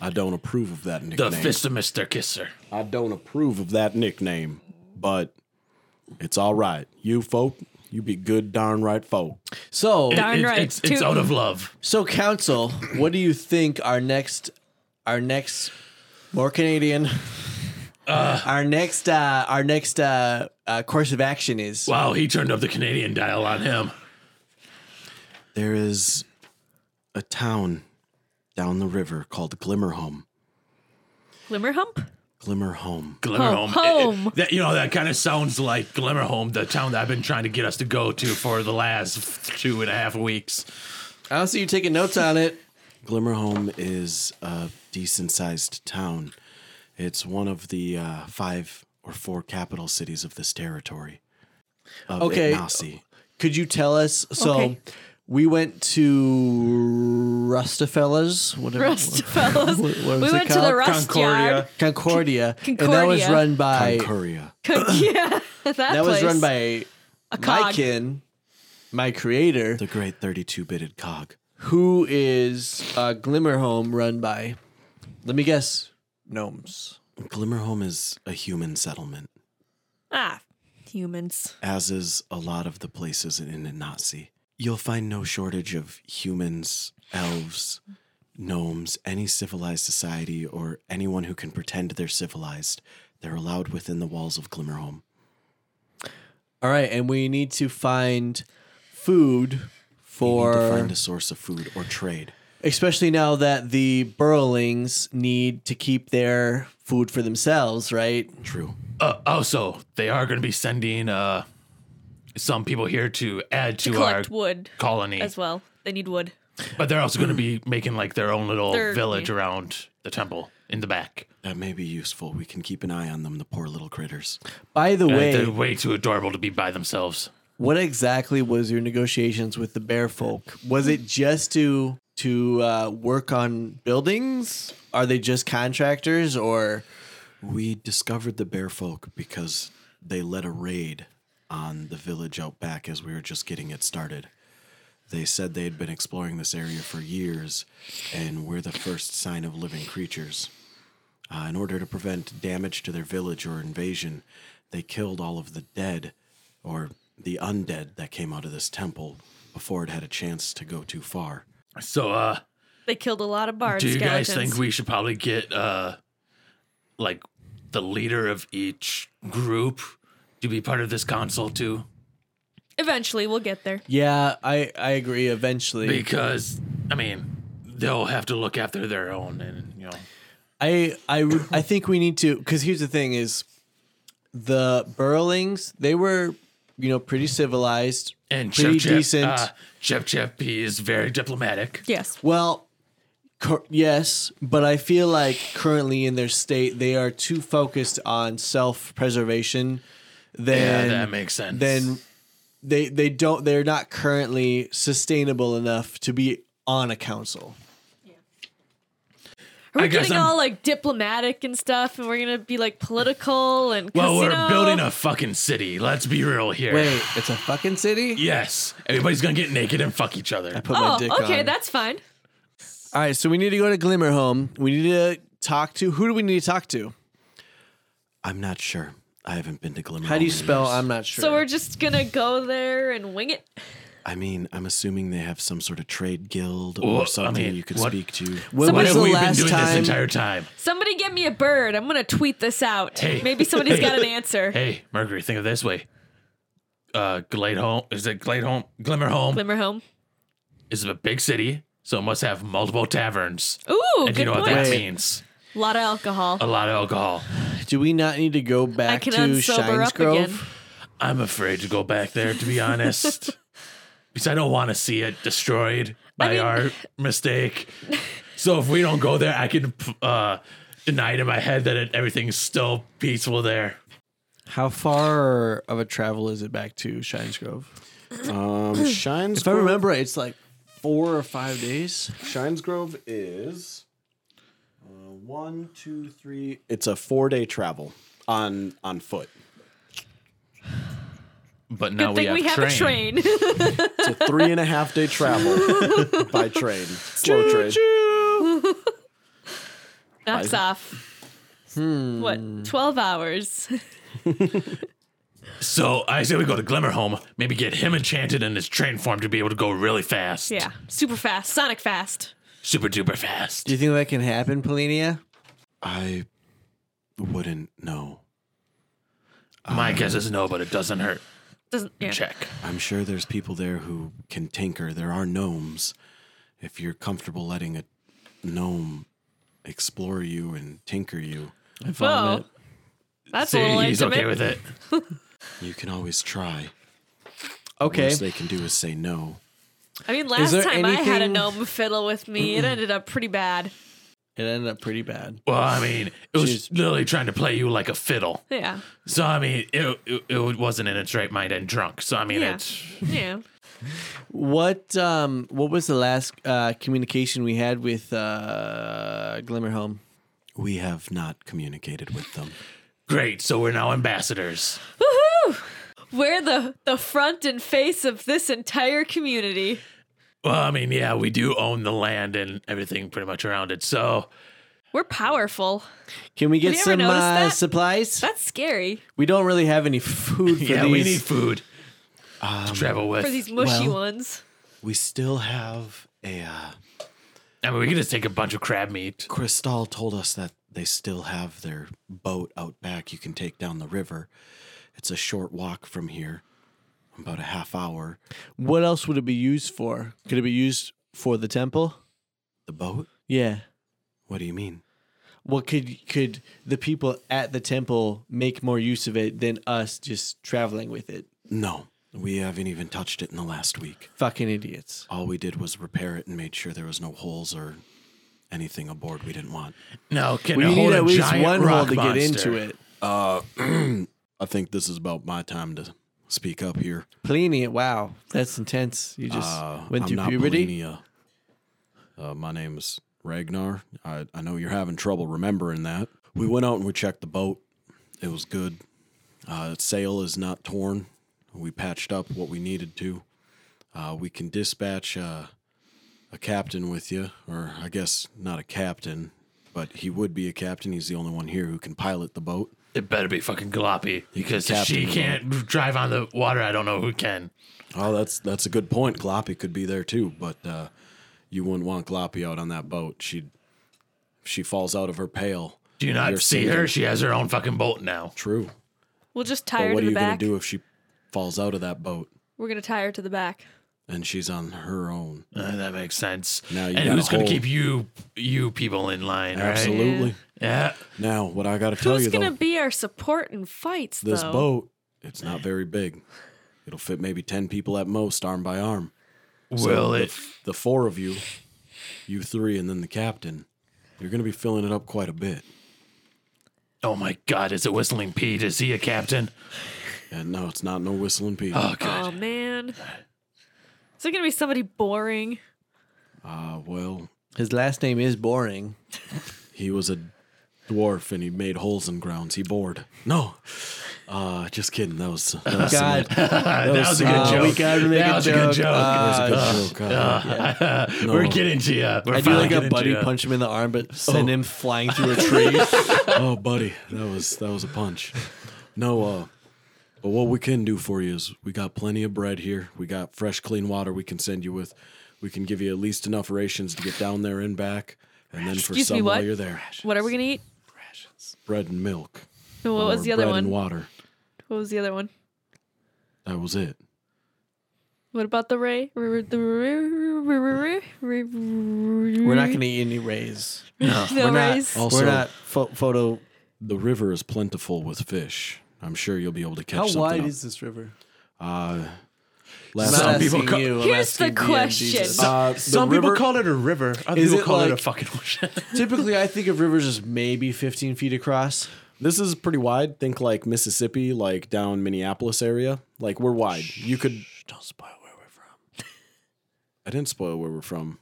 Speaker 2: I don't approve of that
Speaker 3: the
Speaker 2: nickname.
Speaker 3: Fist of Mister Kisser.
Speaker 2: I don't approve of that nickname, but it's all right. You folk, you be good darn right folk.
Speaker 4: So
Speaker 5: Darn
Speaker 3: It-
Speaker 5: right.
Speaker 3: It's, it's
Speaker 5: Toot.
Speaker 3: out of love.
Speaker 4: So, council, what do you think our next, our next, more Canadian, our next uh, our next uh, uh, course of action is
Speaker 3: Wow, he turned up the Canadian dial on him.
Speaker 2: There is a town down the river called Glimmerholm.
Speaker 5: Glimmer hump?
Speaker 2: Glimmerholm.
Speaker 3: Glimmerholm.
Speaker 5: Oh,
Speaker 3: It- it-
Speaker 5: home.
Speaker 3: that, you know, that kind of sounds like Glimmerholm, the town that I've been trying to get us to go to for the last two and a half weeks.
Speaker 4: I don't see you taking notes on it.
Speaker 2: Glimmerholm is a decent sized town. It's one of the uh, five or four capital cities of this territory. Of
Speaker 4: Okay.
Speaker 2: Ignacy.
Speaker 4: Could you tell us? So
Speaker 5: Okay.
Speaker 4: we went to Rustafellas, whatever.
Speaker 5: Rust fellas.
Speaker 4: What- what
Speaker 5: we
Speaker 4: was it
Speaker 5: went to the
Speaker 4: called?
Speaker 5: rust
Speaker 9: Concordia.
Speaker 5: yard.
Speaker 4: Concordia, and that
Speaker 5: Concordia.
Speaker 4: was run by
Speaker 2: Concordia.
Speaker 5: yeah, that,
Speaker 4: that was
Speaker 5: place.
Speaker 4: run by my
Speaker 5: cog.
Speaker 4: kin, my creator,
Speaker 2: The great 32 bitted cog.
Speaker 4: who is uh, Glimmerhome run by. Let me guess, gnomes.
Speaker 2: Glimmerholm is a human settlement,
Speaker 5: ah humans.
Speaker 2: as is a lot of the places in Ignacy. You'll find no shortage of humans, elves, gnomes, any civilized society, or anyone who can pretend they're civilized. They're allowed within the walls of Glimmerholm.
Speaker 4: All right, and we need to find food for
Speaker 2: need to find a source of food or trade.
Speaker 4: especially now that the burrowlings need to keep their food for themselves, right?
Speaker 2: True.
Speaker 3: Uh, also, they are going to be sending uh, some people here to add to, our
Speaker 5: Collect wood
Speaker 3: colony,
Speaker 5: as well. They need wood.
Speaker 3: but they're also going to be making like their own little
Speaker 5: They're-
Speaker 3: village
Speaker 5: yeah.
Speaker 3: around the temple in the back.
Speaker 2: That may be useful. We can keep an eye on them, the poor little critters.
Speaker 4: By the
Speaker 3: Uh,
Speaker 4: way,
Speaker 3: they're way too adorable to be by themselves.
Speaker 4: what exactly was your negotiations with the bear folk? Was it just to to uh, work on buildings? Are they just contractors or
Speaker 2: We discovered the bear folk because they led a raid on the village out back as we were just getting it started. They said they had been exploring this area for years, and we're the first sign of living creatures. Uh, in order to prevent damage to their village or invasion, they killed all of the dead or the undead that came out of this temple before it had a chance to go too far.
Speaker 3: So, uh,
Speaker 5: They killed a lot of bard
Speaker 3: do you
Speaker 5: skeletons.
Speaker 3: guys think we should probably get uh, like the leader of each group to be part of this council too?
Speaker 5: Eventually, we'll get there.
Speaker 4: Yeah, I I agree eventually.
Speaker 3: Because I mean, they'll have to look after their own, and you know.
Speaker 4: I I I think we need to because here's the thing is the burrowlings they were you know pretty civilized
Speaker 3: And
Speaker 4: pretty
Speaker 3: Chip Chip,
Speaker 4: decent.
Speaker 3: Uh, Chip Chip, he is very diplomatic.
Speaker 5: Yes.
Speaker 4: well, cur- yes, but I feel like currently in their state they are too focused on self preservation
Speaker 3: Yeah,
Speaker 4: than
Speaker 3: that makes sense.
Speaker 4: than they they don't they're not currently sustainable enough to be on a council.
Speaker 5: Are we
Speaker 3: I guess
Speaker 5: getting
Speaker 3: I'm-
Speaker 5: all like diplomatic and stuff, and we're gonna be like political and
Speaker 3: well,
Speaker 5: casino?
Speaker 3: we're building a fucking city. Let's be real here.
Speaker 4: Wait, it's a fucking city.
Speaker 3: Yes, everybody's gonna get naked and fuck each other.
Speaker 4: Put my
Speaker 5: Oh,
Speaker 4: dick
Speaker 5: okay,
Speaker 4: on.
Speaker 5: that's fine.
Speaker 4: All right, so we need to go to Glimmer Home. We need to talk to who do we need to talk to?
Speaker 2: I'm not sure. I haven't been to Glimmer.
Speaker 4: How do you spell? I'm not sure.
Speaker 5: So we're just gonna go there and wing it.
Speaker 2: I mean, I'm assuming they have some sort of trade guild
Speaker 3: Well,
Speaker 2: or
Speaker 3: I
Speaker 2: something
Speaker 3: mean,
Speaker 2: you could
Speaker 3: what-
Speaker 2: speak to.
Speaker 4: when
Speaker 5: What
Speaker 4: was
Speaker 3: What have
Speaker 4: the
Speaker 3: we been
Speaker 4: last
Speaker 3: doing
Speaker 4: time?
Speaker 3: this entire time?
Speaker 5: Somebody get me a bird. I'm gonna tweet this out.
Speaker 3: Hey.
Speaker 5: Maybe somebody's
Speaker 3: Hey.
Speaker 5: got an answer.
Speaker 3: Hey, Mercury, think of it this way. Uh, Glade is it Glade Home? Glimmer Home
Speaker 5: Glimmer home.
Speaker 3: is a big city, so it must have multiple taverns.
Speaker 5: Ooh,
Speaker 3: and
Speaker 5: good
Speaker 3: you know
Speaker 5: point.
Speaker 3: what that
Speaker 4: Wait.
Speaker 3: means? Oh,
Speaker 5: A lot of alcohol.
Speaker 3: A lot of alcohol.
Speaker 4: Do we not need to go
Speaker 5: I
Speaker 4: back to
Speaker 5: can unsober
Speaker 4: Shines
Speaker 5: up again.
Speaker 4: Grove?
Speaker 3: I'm afraid to go back there, to be honest. because I don't want to see it destroyed by
Speaker 5: mean-
Speaker 3: our mistake. So if we don't go there, I can uh, deny it in my head that it, everything's still peaceful there.
Speaker 4: How far of a travel is it back to Shines Grove?
Speaker 10: Um, Shines
Speaker 4: If I remember, right, it's like four or five days.
Speaker 10: Shines Grove is uh, one, two, three. It's a four day travel on on foot.
Speaker 3: But
Speaker 5: Good
Speaker 3: now we
Speaker 5: thing
Speaker 3: have,
Speaker 5: we have
Speaker 3: train.
Speaker 5: a train.
Speaker 10: It's a three and a half day travel by train, slow train.
Speaker 5: Knocks off. What? Twelve hours.
Speaker 3: So I say we go to Glimmerholm, maybe get him enchanted in his train form to be able to go really fast.
Speaker 5: Yeah. Super fast. Sonic fast.
Speaker 3: Super duper fast.
Speaker 4: Do you think that can happen, Polinia?
Speaker 2: I wouldn't know.
Speaker 3: My guess is no, but it doesn't hurt.
Speaker 5: Doesn't yeah.
Speaker 3: Check.
Speaker 2: I'm sure there's people there who can tinker. There are gnomes. If you're comfortable letting a gnome explore you and tinker you,
Speaker 5: Well, that's a
Speaker 3: See,
Speaker 5: little
Speaker 3: he's
Speaker 5: intimate.
Speaker 3: okay with it.
Speaker 2: you can always try. The
Speaker 4: Okay.
Speaker 2: worst they can do is say no.
Speaker 5: I mean, last
Speaker 4: there
Speaker 5: time I had a
Speaker 4: anything-
Speaker 5: gnome fiddle with me, it ended up pretty bad.
Speaker 4: It ended up pretty bad.
Speaker 3: Well, I mean, it was literally trying to play you like a fiddle.
Speaker 5: Yeah,
Speaker 3: So I mean, it it, it wasn't in its right mind and drunk. So I mean,
Speaker 5: Yeah.
Speaker 3: it's
Speaker 5: yeah.
Speaker 4: What um what was the last uh communication we had with uh Glimmerholm?
Speaker 2: We have not communicated with them.
Speaker 3: great. So we're now ambassadors.
Speaker 5: Woohoo! We're the the front and face of this entire community.
Speaker 3: Well, I mean, yeah, we do own the land and everything pretty much around it. So
Speaker 5: We're powerful.
Speaker 4: Can we get
Speaker 5: Have you ever
Speaker 4: some uh,
Speaker 5: noticed that?
Speaker 4: supplies?
Speaker 5: That's scary
Speaker 4: We don't really have any food for
Speaker 3: yeah,
Speaker 4: these.
Speaker 3: we need food to travel with.
Speaker 5: for these mushy
Speaker 2: well-
Speaker 5: ones.
Speaker 2: We still have a. Uh,
Speaker 3: I mean, we can just take a bunch of crab meat.
Speaker 2: Cristal told us that they still have their boat out back you can take down the river. It's a short walk from here, about a half hour.
Speaker 4: What else would it be used for? Could it be used for the temple?
Speaker 2: The boat?
Speaker 4: Yeah.
Speaker 2: What do you mean?
Speaker 4: Well, could could the people at the temple make more use of it than us just traveling with it?
Speaker 2: No, we haven't even touched it in the last week.
Speaker 4: Fucking idiots.
Speaker 2: All we did was repair it and made sure there was no holes or anything aboard we didn't want.
Speaker 3: No, can
Speaker 4: We
Speaker 3: we
Speaker 4: need
Speaker 3: hold
Speaker 4: at
Speaker 3: a
Speaker 4: least
Speaker 3: giant
Speaker 4: one hole
Speaker 3: rock
Speaker 4: to get
Speaker 3: monster.
Speaker 4: into it.
Speaker 2: Uh, I think this is about my time to speak up here.
Speaker 4: Pliny, wow, that's intense. You just
Speaker 2: Uh,
Speaker 4: went
Speaker 2: I'm
Speaker 4: through
Speaker 2: not
Speaker 4: puberty.
Speaker 2: Polenia. Uh, my name is Ragnar. I, I know you're having trouble remembering that. We went out and we checked the boat. It was good. Uh, its sail is not torn. We patched up what we needed to. Uh, we can dispatch uh, a captain with you, or I guess not a captain, but he would be a captain. He's the only one here who can pilot the boat.
Speaker 3: It better be fucking gloppy because if
Speaker 2: captain
Speaker 3: she
Speaker 2: the
Speaker 3: can't drive on the water. I don't know who can.
Speaker 2: Oh, that's that's a good point. Gloppy could be there too, but uh, you wouldn't want Gloppy out on that boat. She if she falls out of her pail.
Speaker 3: Do you not
Speaker 2: You're
Speaker 3: see
Speaker 2: sinking.
Speaker 3: her? She has her own fucking boat now.
Speaker 2: True,
Speaker 5: We'll just tie
Speaker 2: but
Speaker 5: her
Speaker 2: what are
Speaker 5: to the
Speaker 2: you
Speaker 5: back.
Speaker 2: gonna do if she falls out of that boat
Speaker 5: We're gonna tie her to the back.
Speaker 2: and she's on her own?
Speaker 3: Uh, that makes sense.
Speaker 2: Now you got
Speaker 3: and
Speaker 2: a
Speaker 3: who's going
Speaker 2: hole.
Speaker 3: to keep you you people in line? right?
Speaker 2: Absolutely.
Speaker 3: Yeah.
Speaker 2: Now, what I gotta tell
Speaker 5: Who's
Speaker 2: you
Speaker 5: gonna
Speaker 2: though,
Speaker 5: be our support in fights,
Speaker 2: this
Speaker 5: though?
Speaker 2: boat it's not very big. It'll fit maybe ten people at most, arm by arm.
Speaker 3: Will
Speaker 2: the,
Speaker 3: it?
Speaker 2: the four of you, you three, and then the captain. You're gonna be filling it up quite a bit.
Speaker 3: Oh my God! Is it Whistling Pete? Is he a captain?
Speaker 2: And no, it's not no whistling Pete.
Speaker 3: Oh God!
Speaker 5: Oh man, is it gonna be somebody boring?
Speaker 2: Ah, well,
Speaker 4: His last name is boring.
Speaker 2: He was a dwarf and he made holes in grounds. He bored. No. Uh, just kidding. That was, that was some-
Speaker 4: God,
Speaker 3: that was a good
Speaker 4: uh,
Speaker 3: joke.
Speaker 4: we gotta make
Speaker 3: that
Speaker 4: a
Speaker 3: was a good
Speaker 4: joke.
Speaker 2: that
Speaker 3: joke.
Speaker 4: Um,
Speaker 2: was a good joke. Uh,
Speaker 3: We're getting to you. We're
Speaker 4: I do like a
Speaker 3: getting to
Speaker 4: buddy
Speaker 3: ya.
Speaker 4: punch him in the arm,
Speaker 3: Oh.
Speaker 4: but send him flying through a tree.
Speaker 2: oh, buddy, that was that was a punch. No, uh, but what we can do for you is we got plenty of bread here. We got fresh, clean water. We can send you with. We can give you at least enough rations to get down there and back, and then for
Speaker 5: Excuse
Speaker 2: some
Speaker 5: me,
Speaker 2: while
Speaker 5: what?
Speaker 2: you're there,
Speaker 5: What are we gonna eat?
Speaker 2: bread and milk.
Speaker 5: No, What was
Speaker 2: or
Speaker 5: the other
Speaker 2: bread And
Speaker 5: one?
Speaker 2: water.
Speaker 5: What was the other one?
Speaker 2: That was it.
Speaker 5: What about the ray? We're
Speaker 4: We're not
Speaker 5: not
Speaker 4: gonna eat any rays.
Speaker 5: no
Speaker 4: We're
Speaker 5: rays.
Speaker 4: not. oh,
Speaker 2: Also-
Speaker 4: we're not pho- photo.
Speaker 2: The river is plentiful with fish. I'm sure you'll be able to catch
Speaker 4: How
Speaker 2: something
Speaker 4: wide
Speaker 2: up.
Speaker 4: is this river?
Speaker 2: Uh,
Speaker 4: I'm
Speaker 2: last
Speaker 4: not
Speaker 3: Some
Speaker 2: time,
Speaker 3: people
Speaker 4: asking
Speaker 3: co-
Speaker 4: you, I'm
Speaker 5: Here's the
Speaker 4: asking DM
Speaker 5: question.
Speaker 4: Jesus.
Speaker 2: uh, the
Speaker 6: Some people
Speaker 2: river-
Speaker 6: call it a river. Other
Speaker 4: Is
Speaker 6: people
Speaker 4: it
Speaker 6: call it a
Speaker 4: like-
Speaker 6: fucking ocean.
Speaker 4: Typically, I think of rivers as maybe 15 feet across.
Speaker 11: This is pretty wide. Think like Mississippi, like down Minneapolis area. Like we're wide. You could.
Speaker 4: Don't spoil where we're from.
Speaker 11: I didn't spoil where we're from.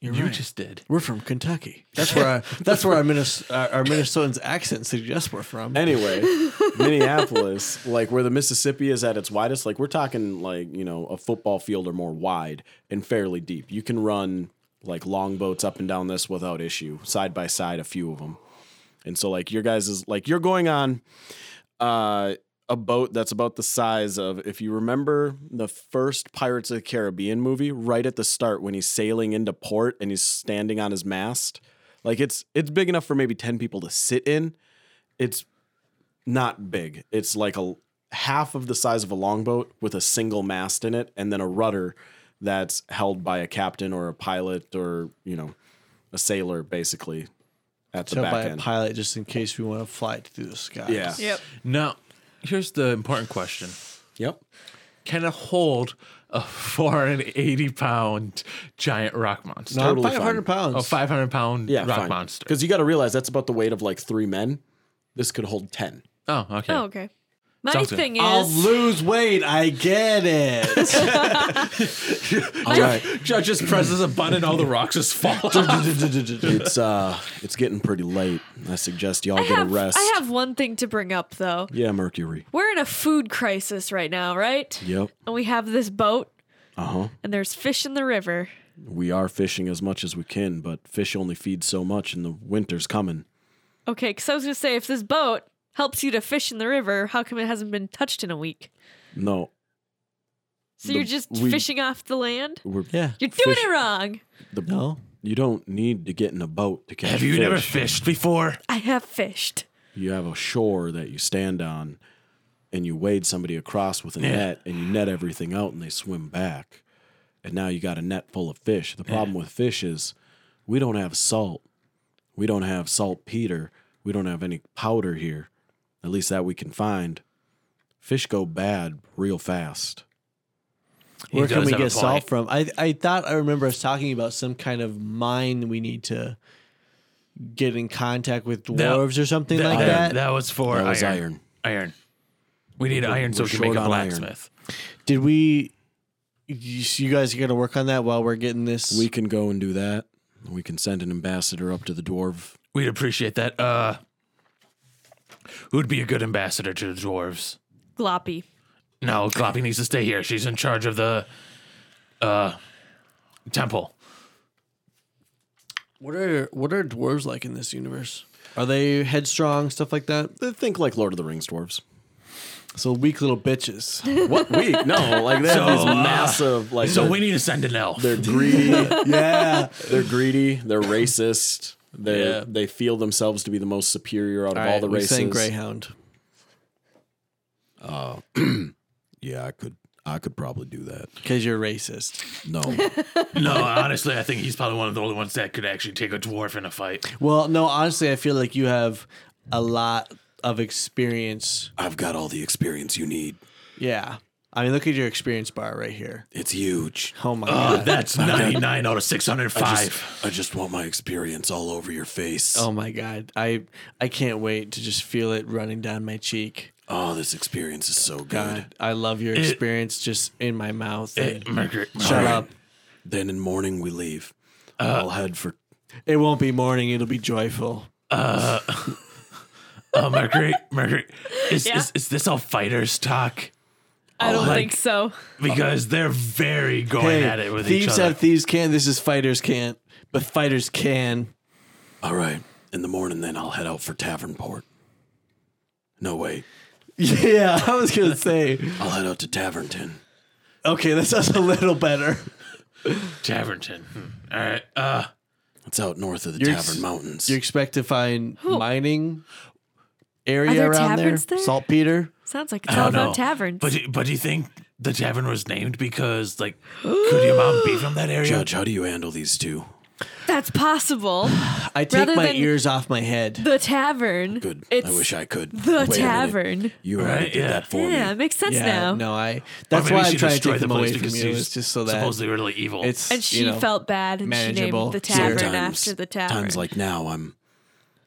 Speaker 4: You're
Speaker 6: You
Speaker 4: right.
Speaker 6: just did.
Speaker 4: we're from Kentucky. That's where our, that's where our, Minnes- our, our Minnesotans accent suggests we're from.
Speaker 11: Anyway, Minneapolis, like where the Mississippi is at its widest, like we're talking like, you know, a football field or more wide and fairly deep. You can run like longboats up and down this without issue, side by side, a few of them. And so, like, your guys is like, you're going on uh, a boat that's about the size of, if you remember the first Pirates of the Caribbean movie, right at the start when he's sailing into port and he's standing on his mast.
Speaker 2: Like it's it's big enough for maybe 10 people to sit in. It's not big. It's like a half of the size of a longboat with a single mast in it and then a rudder that's held by a captain or a pilot or, you know, a sailor basically at the
Speaker 4: Tell by
Speaker 2: back
Speaker 4: a
Speaker 2: end.
Speaker 4: pilot just in case we want to fly it through the sky.
Speaker 2: yeah.
Speaker 5: Yep.
Speaker 6: Now, here's the important question.
Speaker 2: Yep.
Speaker 6: Can it hold a 480 pound giant rock monster?
Speaker 4: Not
Speaker 2: Totally
Speaker 4: 500 pounds.
Speaker 6: A 500 pound
Speaker 2: Yeah,
Speaker 6: rock monster.
Speaker 2: Because you got to realize that's about the weight of like three men. This could hold ten.
Speaker 6: Oh, okay.
Speaker 5: Oh, okay. My
Speaker 6: Sounds good.
Speaker 5: thing
Speaker 4: I'll
Speaker 5: is,
Speaker 4: lose weight. I get it.
Speaker 2: All right,
Speaker 6: Judge just presses a button and all the rocks just fall. off.
Speaker 2: it's uh, it's getting pretty late. I suggest y'all
Speaker 5: I
Speaker 2: get
Speaker 5: have,
Speaker 2: a rest.
Speaker 5: I have one thing to bring up though.
Speaker 2: yeah, Mercury.
Speaker 5: We're in a food crisis right now, right?
Speaker 2: Yep.
Speaker 5: And we have this boat,
Speaker 2: Uh huh.
Speaker 5: and there's fish in the river.
Speaker 2: We are fishing as much as we can, but fish only feed so much, and the winter's coming.
Speaker 5: Okay, because I was gonna say, if this boat helps you to fish in the river, how come it hasn't been touched in a week?
Speaker 2: No,
Speaker 5: So
Speaker 2: The-
Speaker 5: you're just
Speaker 2: we-
Speaker 5: fishing off the land.
Speaker 2: we're
Speaker 4: yeah.
Speaker 5: You're doing
Speaker 2: Fish-
Speaker 5: it wrong.
Speaker 2: the
Speaker 4: No.
Speaker 2: You don't need to get in a boat to catch.
Speaker 6: Have you
Speaker 2: fish.
Speaker 6: never fished before?
Speaker 5: I have fished.
Speaker 2: You have a shore that you stand on, and you wade somebody across with a net, and you net everything out, and they swim back. And now you got a net full of fish. The problem with fish is we don't have salt. We don't have saltpeter. We don't have any powder here, at least that we can find. Fish go bad real fast.
Speaker 6: He
Speaker 4: Where can
Speaker 6: does
Speaker 4: we
Speaker 6: have a
Speaker 4: get
Speaker 6: point.
Speaker 4: salt from? I I thought I remember us talking about some kind of mine we need to get in contact with dwarves or something like
Speaker 3: uh,
Speaker 6: iron.
Speaker 4: that.
Speaker 6: was for
Speaker 2: That was
Speaker 6: iron. iron. We need iron so
Speaker 2: we're
Speaker 6: we can make
Speaker 2: short
Speaker 6: a
Speaker 2: on iron.
Speaker 6: blacksmith.
Speaker 4: Did we? You, so you guys are gonna work on that while we're getting this.
Speaker 2: We can go and do that. We can send an ambassador up to the dwarf.
Speaker 6: We'd appreciate that. Uh, who'd be a good ambassador to the dwarves?
Speaker 5: Gloppy.
Speaker 6: No, Gloppy needs to stay here. She's in charge of the uh temple.
Speaker 4: what are what are dwarves like in this universe? Are they headstrong stuff like that?
Speaker 2: They Think like Lord of the Rings dwarves.
Speaker 4: So weak little bitches.
Speaker 2: What week? No, like that
Speaker 6: So,
Speaker 2: is
Speaker 6: uh,
Speaker 2: massive. Like
Speaker 6: So
Speaker 2: they're-
Speaker 6: we need to send an elf.
Speaker 2: they're greedy.
Speaker 4: yeah.
Speaker 2: they're greedy. They're racist. They
Speaker 6: Yeah.
Speaker 2: they feel themselves to be the most superior out of all, the
Speaker 4: we
Speaker 2: races.
Speaker 4: sang Greyhound.
Speaker 2: Yeah, I could I could probably do that.
Speaker 4: Because you're racist.
Speaker 2: No,
Speaker 6: No, honestly, I think he's probably one of the only ones that could actually take a dwarf in a fight.
Speaker 4: Well, no, honestly, I feel like you have a lot of experience.
Speaker 2: I've got all the experience you need.
Speaker 4: Yeah. I mean, look at your experience bar right here.
Speaker 2: It's huge.
Speaker 4: Oh my
Speaker 6: Oh,
Speaker 4: god.
Speaker 6: that's 99 out of
Speaker 2: I
Speaker 6: 605.
Speaker 2: just, I just want my experience all over your face.
Speaker 4: Oh my god. I I can't wait to just feel it running down my cheek.
Speaker 2: Oh, this experience is so good.
Speaker 4: God, I love your experience just in my mouth.
Speaker 6: Eh, Mercury.
Speaker 4: Shut up.
Speaker 2: Then in morning we leave.
Speaker 6: Uh,
Speaker 2: I'll head for.
Speaker 4: It won't be morning, it'll be joyful.
Speaker 6: Oh, Mercury. Mercury. Is,
Speaker 5: Yeah?
Speaker 6: is, is this all fighters talk?
Speaker 5: I don't
Speaker 6: like-
Speaker 5: think so.
Speaker 6: Because they're very going at it with each
Speaker 4: thieves
Speaker 6: other.
Speaker 4: have thieves can. This is fighters can't, but fighters can.
Speaker 2: All right, in the morning then I'll head out for Tavernport. No wait,
Speaker 4: Yeah, I was gonna say.
Speaker 2: I'll head out to Tavernton.
Speaker 4: Okay, that sounds a little better.
Speaker 6: Tavernton. Hmm. All right. Uh,
Speaker 2: It's out north of the
Speaker 4: You're
Speaker 2: Tavern
Speaker 4: ex-
Speaker 2: Mountains.
Speaker 4: You expect to find mining area
Speaker 5: Are there
Speaker 4: around there?
Speaker 5: taverns there?
Speaker 4: Saltpeter.
Speaker 5: Sounds like it's
Speaker 6: I
Speaker 5: all
Speaker 6: don't know.
Speaker 5: about taverns.
Speaker 6: But, do- but do you think the tavern was named because, like, could your mom be from that area?
Speaker 2: Judge, how do you handle these two?
Speaker 5: That's possible.
Speaker 4: I take
Speaker 5: Rather
Speaker 4: my
Speaker 5: than-
Speaker 4: ears off my head.
Speaker 5: The tavern.
Speaker 2: Good.
Speaker 5: It's
Speaker 2: I wish I could.
Speaker 5: the
Speaker 2: Wait a minute.
Speaker 5: tavern.
Speaker 2: You already
Speaker 6: Right,
Speaker 2: did
Speaker 6: yeah.
Speaker 2: that for
Speaker 5: Yeah,
Speaker 2: me.
Speaker 5: it makes sense
Speaker 4: yeah,
Speaker 5: now.
Speaker 4: no, I.
Speaker 6: Or
Speaker 4: That's
Speaker 6: maybe
Speaker 4: why I'm
Speaker 6: she
Speaker 4: trying to
Speaker 6: destroyed
Speaker 4: take
Speaker 6: the
Speaker 4: them
Speaker 6: place
Speaker 4: away from
Speaker 6: because
Speaker 4: you.
Speaker 6: she's
Speaker 4: It's just so that
Speaker 6: supposedly really evil.
Speaker 4: it's
Speaker 5: And she
Speaker 4: you know,
Speaker 5: felt bad, and
Speaker 4: manageable.
Speaker 5: she named the tavern
Speaker 2: Sometimes-
Speaker 5: after the tavern.
Speaker 2: Times like now, I'm,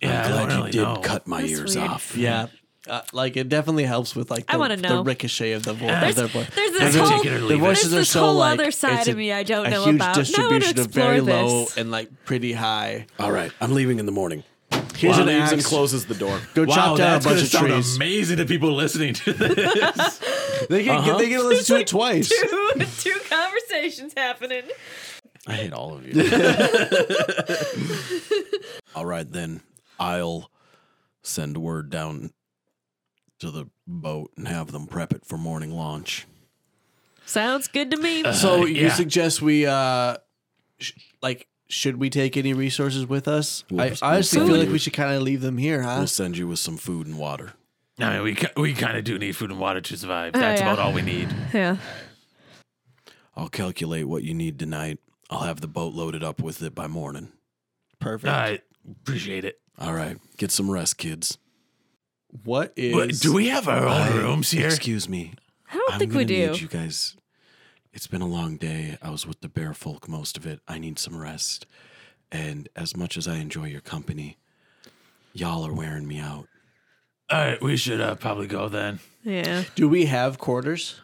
Speaker 6: yeah, I
Speaker 2: I'm
Speaker 6: don't
Speaker 2: glad
Speaker 6: really
Speaker 2: you did
Speaker 6: know.
Speaker 2: cut my
Speaker 5: That's
Speaker 2: ears
Speaker 5: weird.
Speaker 2: off.
Speaker 4: Yeah. Uh, like it definitely helps with like
Speaker 5: I
Speaker 4: the,
Speaker 5: wanna
Speaker 4: the
Speaker 5: know.
Speaker 4: ricochet of the voice.
Speaker 6: There's-
Speaker 4: their voice.
Speaker 5: There's
Speaker 6: There's
Speaker 5: this
Speaker 6: a
Speaker 5: whole,
Speaker 6: take it or leave
Speaker 4: Their
Speaker 6: it.
Speaker 4: voices
Speaker 5: there's
Speaker 4: are
Speaker 5: this
Speaker 4: so
Speaker 5: whole
Speaker 4: like
Speaker 5: other side
Speaker 4: it's
Speaker 5: of me I don't
Speaker 4: a
Speaker 5: know
Speaker 4: huge
Speaker 5: about. No, I wanna
Speaker 4: distribution of very
Speaker 5: explore
Speaker 4: low
Speaker 5: this.
Speaker 4: and like pretty high.
Speaker 2: All right, I'm leaving in the morning.
Speaker 4: Here's
Speaker 2: She
Speaker 4: an
Speaker 2: leaves and
Speaker 4: axe.
Speaker 2: closes the door.
Speaker 4: Go
Speaker 6: Wow,
Speaker 4: chop down a
Speaker 6: that's going
Speaker 4: bunch
Speaker 6: to
Speaker 4: of
Speaker 6: sound
Speaker 4: trees.
Speaker 6: amazing to people listening to this.
Speaker 4: They get they get to listen to it twice.
Speaker 5: two, two conversations happening.
Speaker 2: I hate all of you. all right, then I'll send word down to the boat and have them prep it for morning launch.
Speaker 5: Sounds good to me.
Speaker 4: So
Speaker 6: Uh,
Speaker 4: you
Speaker 6: yeah.
Speaker 4: suggest we uh sh- like should we take any resources with us? I honestly feel like we should kind of leave them here, huh?
Speaker 7: We'll send you with some food and water.
Speaker 3: I mean, we ki- we kind of do need food and water to survive. That's
Speaker 5: yeah.
Speaker 3: about all we need.
Speaker 5: Yeah.
Speaker 7: I'll calculate what you need tonight. I'll have the boat loaded up with it by morning.
Speaker 4: Perfect.
Speaker 3: I appreciate it.
Speaker 7: All right. Get some rest, kids.
Speaker 4: what is?
Speaker 3: But do we have our own
Speaker 7: I-
Speaker 3: rooms here?
Speaker 7: Excuse me.
Speaker 5: I don't
Speaker 7: I'm
Speaker 5: think we
Speaker 7: gonna
Speaker 5: do.
Speaker 7: Need you guys, it's been a long day. I was with the bear folk most of it. I need some rest. And as much as I enjoy your company, y'all are wearing me out.
Speaker 3: all right, we should uh, probably go then.
Speaker 5: Yeah.
Speaker 4: do we have quarters?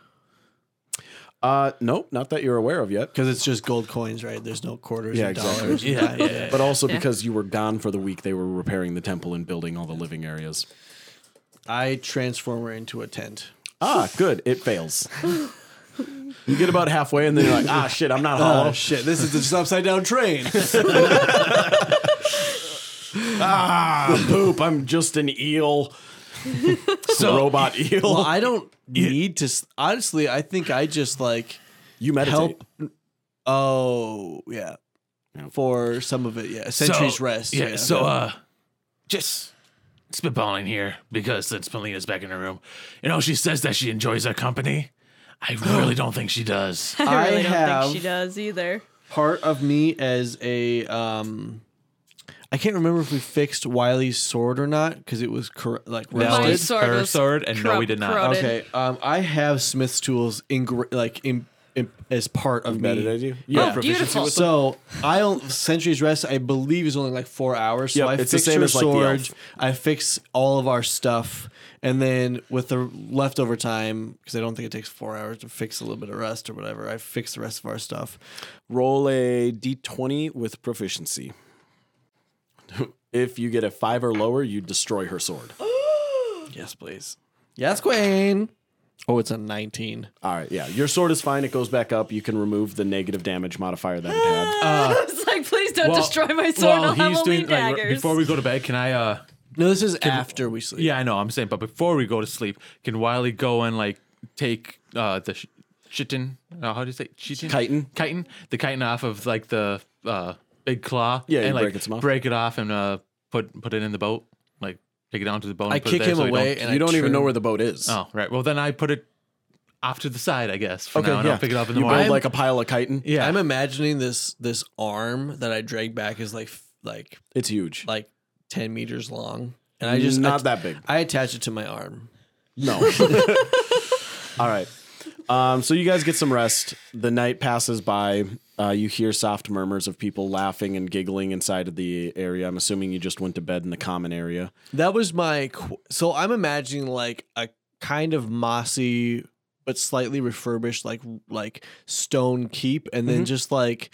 Speaker 2: Uh, nope, not that you're aware of yet.
Speaker 4: Because it's just gold coins, right? There's no quarters.
Speaker 2: Yeah,
Speaker 4: or
Speaker 2: exactly.
Speaker 4: dollars.
Speaker 3: Yeah, yeah.
Speaker 2: But also because you were gone for the week, they were repairing the temple and building all the living areas.
Speaker 4: I transform her into a tent.
Speaker 2: Ah, good. It fails. you get about halfway, and then you're like, ah, shit, I'm not
Speaker 4: Oh,
Speaker 2: hollow.
Speaker 4: shit! This is just upside down train.
Speaker 2: Poop, I'm just an eel. robot eel.
Speaker 4: well, I don't need to. s- Honestly, I think I just like
Speaker 2: you meditate.
Speaker 4: help. Oh yeah, for some of it, yeah. A Century's rest.
Speaker 3: Yeah, So uh just spitballing here because since Melina's back in her room. You know, she says that she enjoys our company. I really don't think she does.
Speaker 5: I really
Speaker 4: I
Speaker 5: don't
Speaker 4: have-
Speaker 5: think she does either.
Speaker 4: part of me as a um I can't remember if we fixed Wiley's sword or not because it was cor- like
Speaker 5: My
Speaker 4: rusted.
Speaker 5: sword
Speaker 6: her
Speaker 5: was
Speaker 6: sword, and no, we did not.
Speaker 5: corroded.
Speaker 4: Okay, um, I have Smith's tools in gr- like in, in, as part of me.
Speaker 2: Meditate you?
Speaker 5: Oh, beautiful.
Speaker 4: So I don't Century's Rest I believe is only like four hours. So
Speaker 2: Yep,
Speaker 4: I
Speaker 2: it's
Speaker 4: fix
Speaker 2: the same
Speaker 4: her
Speaker 2: as, like, the
Speaker 4: sword.
Speaker 2: elf.
Speaker 4: I fix all of our stuff, and then with the leftover time because I don't think it takes four hours to fix a little bit of rest or whatever. I fix the rest of our stuff.
Speaker 2: Roll a d20 with proficiency. if you get a five or lower, you destroy her sword.
Speaker 4: Yes, please. Yes, Queen. Oh, it's a 19.
Speaker 2: All right, yeah. Your sword is fine. It goes back up. You can remove the negative damage modifier that it had.
Speaker 5: I was like, please don't destroy my sword.
Speaker 6: while
Speaker 5: I'll have only
Speaker 6: like,
Speaker 5: daggers.
Speaker 6: before we go to bed, can I? uh
Speaker 4: No, this is after we sleep.
Speaker 6: Yeah, I know. I'm saying, but before we go to sleep, can Wiley go and like take uh the sh- chitin? Uh, how do you say chitin?
Speaker 2: Chitin.
Speaker 6: Chitin. The chitin off of like the uh big claw.
Speaker 2: Yeah, you
Speaker 6: and like
Speaker 2: break it some off.
Speaker 6: break it off and uh put put it in the boat. Like take it down to the boat. and
Speaker 4: I
Speaker 6: put it
Speaker 4: kick
Speaker 6: there
Speaker 4: him
Speaker 6: so he
Speaker 4: away
Speaker 6: don't-
Speaker 4: and
Speaker 2: you
Speaker 4: I
Speaker 2: don't even
Speaker 4: turn-
Speaker 2: know where the boat is.
Speaker 6: oh right. Well then I put it off to the side, I guess. For
Speaker 2: Okay,
Speaker 6: now, and
Speaker 2: yeah.
Speaker 6: I'll pick it up in the
Speaker 2: you
Speaker 6: morning.
Speaker 2: build like a pile of chitin.
Speaker 6: yeah.
Speaker 4: I'm imagining this this arm that I drag back is like f- like
Speaker 2: It's huge.
Speaker 4: like 10 meters long. And I just
Speaker 2: not
Speaker 4: I,
Speaker 2: that big.
Speaker 4: I attach it to my arm.
Speaker 2: No. All right. Um, so you guys get some rest. The night passes by. Uh, you hear soft murmurs of people laughing and giggling inside of the area. I'm assuming you just went to bed in the common area.
Speaker 4: That was my qu- so I'm imagining like a kind of mossy but slightly refurbished like like stone keep and then just like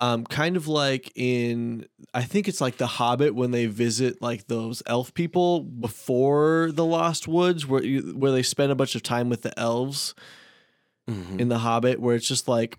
Speaker 4: um kind of like in I think it's like the hobbit when they visit like those elf people before the lost woods where you, where they spend a bunch of time with the elves in the hobbit where it's just like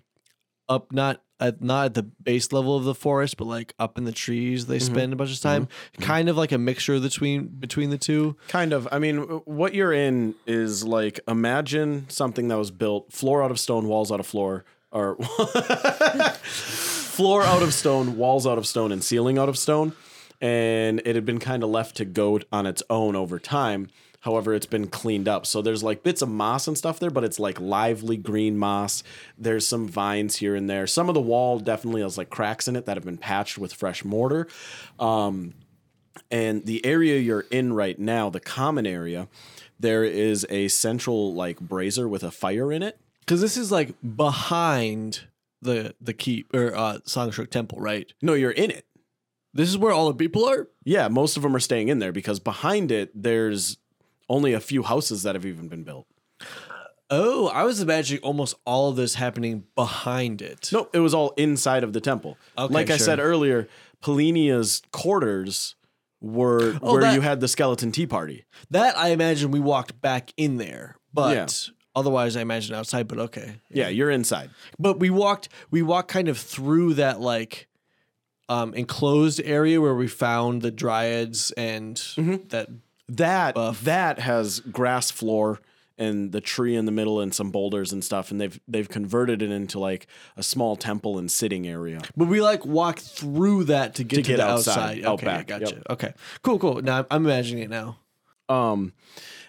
Speaker 4: up not at not at the base level of the forest but like up in the trees they spend a bunch of time kind of like a mixture between between the two
Speaker 2: Kind of. I mean, what you're in is like imagine something that was built floor out of stone, walls out of floor, or floor out of stone, walls out of stone, and ceiling out of stone. And it had been kind of left to go on its own over time. However, it's been cleaned up. So there's like bits of moss and stuff there, but it's like lively green moss. There's some vines here and there. Some of the wall definitely has like cracks in it that have been patched with fresh mortar. Um, and the area you're in right now, the common area, there is a central like brazier with a fire in it.
Speaker 4: because this is like behind the the keep or uh songstruck temple right
Speaker 2: No, you're in it.
Speaker 4: this is where all the people are
Speaker 2: Yeah, most of them are staying in there because behind it there's only a few houses that have even been built.
Speaker 4: oh i was imagining almost all of this happening behind it
Speaker 2: No, it was all inside of the temple.
Speaker 4: Okay,
Speaker 2: like I
Speaker 4: sure.
Speaker 2: said earlier, Polinia's quarters were
Speaker 4: Oh,
Speaker 2: where
Speaker 4: that-
Speaker 2: you had the skeleton tea party.
Speaker 4: that i imagine we walked back in there but
Speaker 2: Yeah.
Speaker 4: otherwise i imagine outside but okay
Speaker 2: Yeah, you're inside.
Speaker 4: but we walked we walked kind of through that like um enclosed area where we found the dryads and that
Speaker 2: That
Speaker 4: Buff.
Speaker 2: that has grass floor and the tree in the middle and some boulders and stuff and they've they've converted it into like a small temple and sitting area.
Speaker 4: But we like walk through that to get to,
Speaker 2: get
Speaker 4: the
Speaker 2: outside,
Speaker 4: outside.
Speaker 2: out
Speaker 4: Okay,
Speaker 2: back,
Speaker 4: gotcha. Okay, cool, cool. Now I'm- I'm imagining it now.
Speaker 2: Um,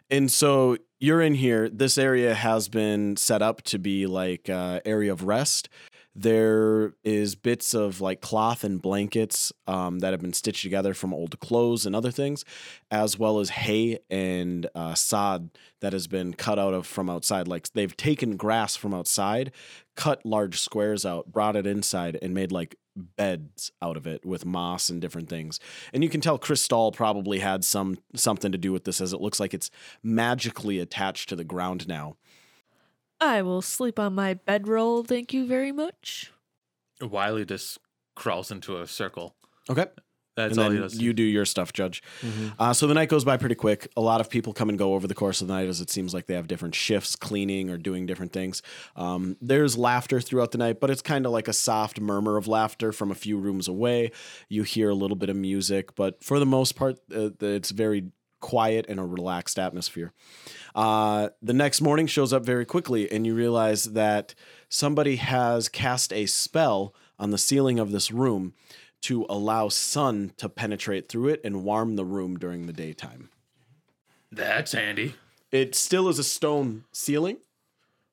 Speaker 2: and so you're in here. This area has been set up to be like uh, area of rest. There is bits of like cloth and blankets um, that have been stitched together from old clothes and other things, as well as hay and uh, sod that has been cut out of from outside. Like they've taken grass from outside, cut large squares out, brought it inside, and made like beds out of it with moss and different things. And you can tell Cristal probably had some something to do with this as it looks like it's magically attached to the ground now.
Speaker 5: I will sleep on my bedroll, thank you very much.
Speaker 6: Wiley just crawls into a circle.
Speaker 2: Okay.
Speaker 6: That's
Speaker 2: and
Speaker 6: all he
Speaker 2: then
Speaker 6: does.
Speaker 2: you do your stuff, Judge. Uh, so the night goes by pretty quick. A lot of people come and go over the course of the night as it seems like they have different shifts cleaning or doing different things. Um, there's laughter throughout the night, but it's kind of like a soft murmur of laughter from a few rooms away. You hear a little bit of music, but for the most part, uh, it's very quiet and a relaxed atmosphere. Uh, the next morning shows up very quickly, and you realize that somebody has cast a spell on the ceiling of this room to allow sun to penetrate through it and warm the room during the daytime.
Speaker 3: That's handy.
Speaker 2: It still is a stone ceiling.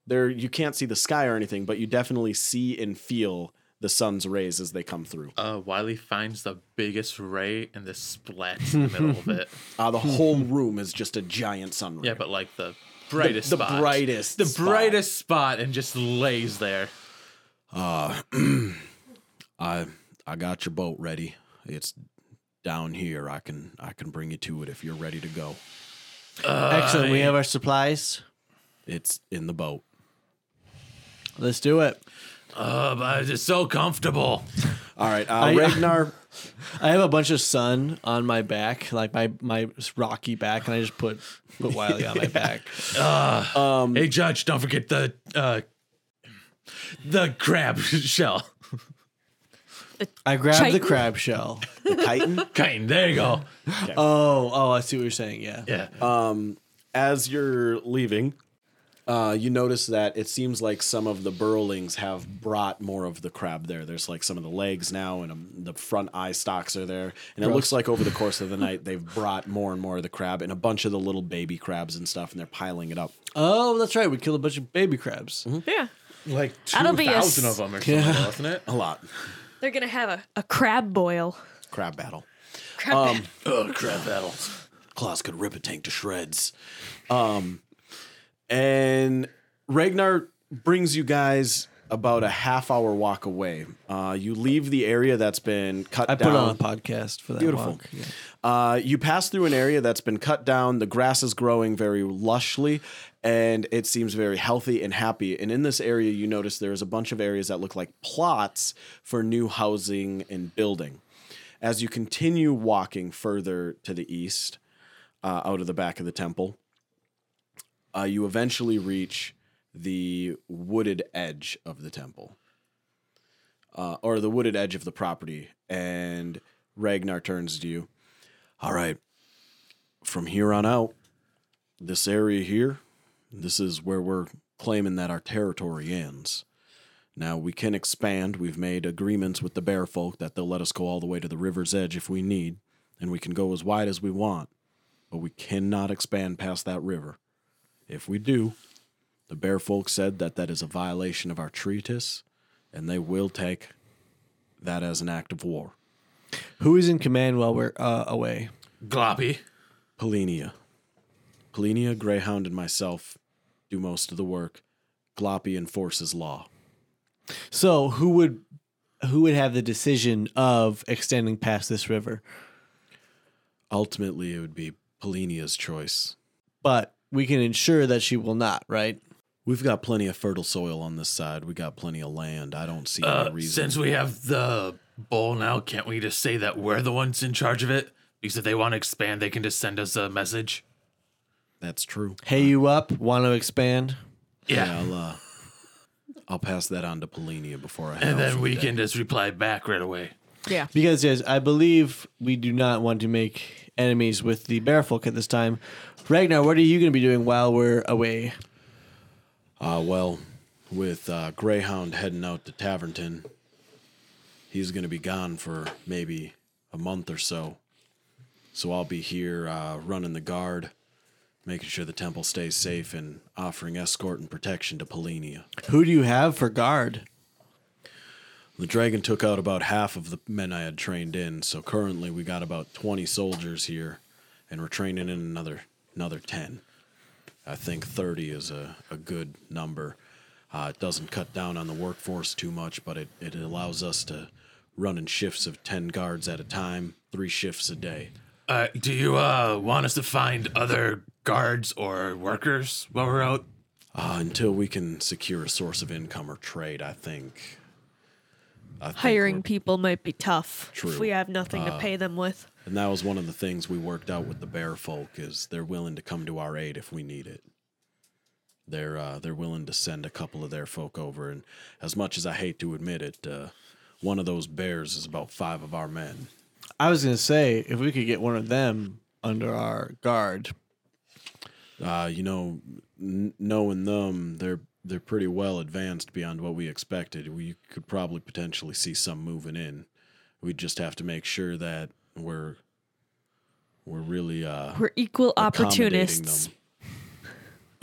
Speaker 2: There, you can't see the sky or anything, but you definitely see and feel the sun's rays as they come through.
Speaker 3: Uh, Wiley finds the biggest ray and the splats in the middle of it.
Speaker 2: Uh, the whole room is just a giant sun ray.
Speaker 3: Yeah, but like the brightest
Speaker 2: the
Speaker 3: spot.
Speaker 2: brightest,
Speaker 3: The
Speaker 2: spot.
Speaker 3: brightest spot and just lays there.
Speaker 7: I I got your boat ready. It's down here. I can I can bring you to it if you're ready to go.
Speaker 4: Excellent. We have our supplies.
Speaker 7: It's in the boat.
Speaker 4: Let's do it.
Speaker 3: Uh, but it's so comfortable.
Speaker 2: All right, uh,
Speaker 4: I-
Speaker 2: Ragnar.
Speaker 4: I have a bunch of sun on my back, like my my rocky back, and I just put put Wiley on my back.
Speaker 6: Um,
Speaker 3: hey, Judge, don't forget the uh, the crab shell.
Speaker 4: I grabbed the
Speaker 5: Chitin?
Speaker 4: crab shell.
Speaker 2: the chitin.
Speaker 3: Kane, there you go.
Speaker 4: Oh, oh, I see what you're saying. Yeah.
Speaker 3: Yeah.
Speaker 6: Uh,
Speaker 2: as you're leaving, uh, you notice that it seems like some of the burrowlings have brought more of the crab there. There's like some of the legs now, and um, the front eye stalks are there. And it looks like over the course of the night, they've brought more and more of the crab and a bunch of the little baby crabs and stuff, and they're piling it up.
Speaker 4: Oh, that's right. We killed a bunch of baby crabs.
Speaker 5: Yeah.
Speaker 6: like
Speaker 5: That'll be a
Speaker 6: 2,000
Speaker 5: s-
Speaker 6: of them or something, wasn't it?
Speaker 2: A lot.
Speaker 5: They're gonna have a, a crab boil.
Speaker 2: Crab battle.
Speaker 5: Crab
Speaker 2: Um,
Speaker 3: oh, crab battle.
Speaker 2: Claws could rip a tank to shreds. Um, and Ragnar brings you guys about a half hour walk away. Uh, you leave the area that's been cut
Speaker 4: I
Speaker 2: down.
Speaker 4: put on a podcast for that.
Speaker 2: Beautiful.
Speaker 4: walk. Yeah.
Speaker 2: Uh, you pass through an area that's been cut down. The grass is growing very lushly, and it seems very healthy and happy. And in this area, you notice there's a bunch of areas that look like plots for new housing and building. As you continue walking further to the east, uh, out of the back of the temple, uh, you eventually reach the wooded edge of the temple uh, or the wooded edge of the property. And Ragnar turns to you. All right. From here on out, this area here, this is where we're claiming that our territory ends. Now we can expand. We've made agreements with the bear folk that they'll let us go all the way to the river's edge if we need, and we can go as wide as we want. But we cannot expand past that river. If we do, the bear folk said that that is a violation of our treatise, and they will take that as an act of war.
Speaker 4: Who is in command while we're uh, away?
Speaker 3: Gloppy.
Speaker 2: Polinia. Polinia, Greyhound, and myself do most of the work. Gloppy enforces law.
Speaker 4: So who would who would have the decision of extending past this river?
Speaker 2: Ultimately, it would be Polinia's choice.
Speaker 4: But we can ensure that she will not. Right.
Speaker 2: We've got plenty of fertile soil on this side. We got plenty of land. I don't see
Speaker 3: Uh,
Speaker 2: any reason.
Speaker 3: since we have the bowl now, can't we just say that we're the ones in charge of it? Because if they want to expand, they can just send us a message.
Speaker 2: That's true.
Speaker 4: Hey, you up? Want to expand?
Speaker 3: Yeah.
Speaker 2: I'll, uh, I'll pass that on to Polinia before I head
Speaker 3: and
Speaker 2: out for
Speaker 3: then
Speaker 2: the
Speaker 3: we
Speaker 2: day.
Speaker 3: can just reply back right away.
Speaker 12: Yeah.
Speaker 4: Because yes, I believe we do not want to make enemies with the Bearfolk at this time. Ragnar, what are you going to be doing while we're away?
Speaker 2: Uh, well, with uh, Greyhound heading out to Tavernton, he's going to be gone for maybe a month or so. So I'll be here uh, running the guard, making sure the temple stays safe, and offering escort and protection to Polinia.
Speaker 4: Who do you have for guard?
Speaker 2: The dragon took out about half of the men I had trained in, so currently we got about 20 soldiers here, and we're training in another another 10. I think 30 is a, a good number. Uh, it doesn't cut down on the workforce too much, but it, it allows us to run in shifts of 10 guards at a time, three shifts a day.
Speaker 3: Uh, do you uh, want us to find other guards or workers while we're out?
Speaker 2: Uh, until we can secure a source of income or trade, I think. I think
Speaker 5: Hiring
Speaker 2: we're-
Speaker 5: people might be tough
Speaker 2: True. Uh,
Speaker 5: if we have nothing to pay them with.
Speaker 2: And that was one of the things we worked out with the bear folk is they're willing to come to our aid if we need it. They're uh, they're willing to send a couple of their folk over, and as much as I hate to admit it, uh, one of those bears is about five of our men.
Speaker 4: I was going to say if we could get one of them under our guard.
Speaker 2: Uh, you know, n- knowing them, they're they're pretty well advanced beyond what we expected. We could probably potentially see some moving in. We just have to make sure that we're we're really uh,
Speaker 5: We're equal
Speaker 2: accommodating
Speaker 5: opportunists.
Speaker 2: them.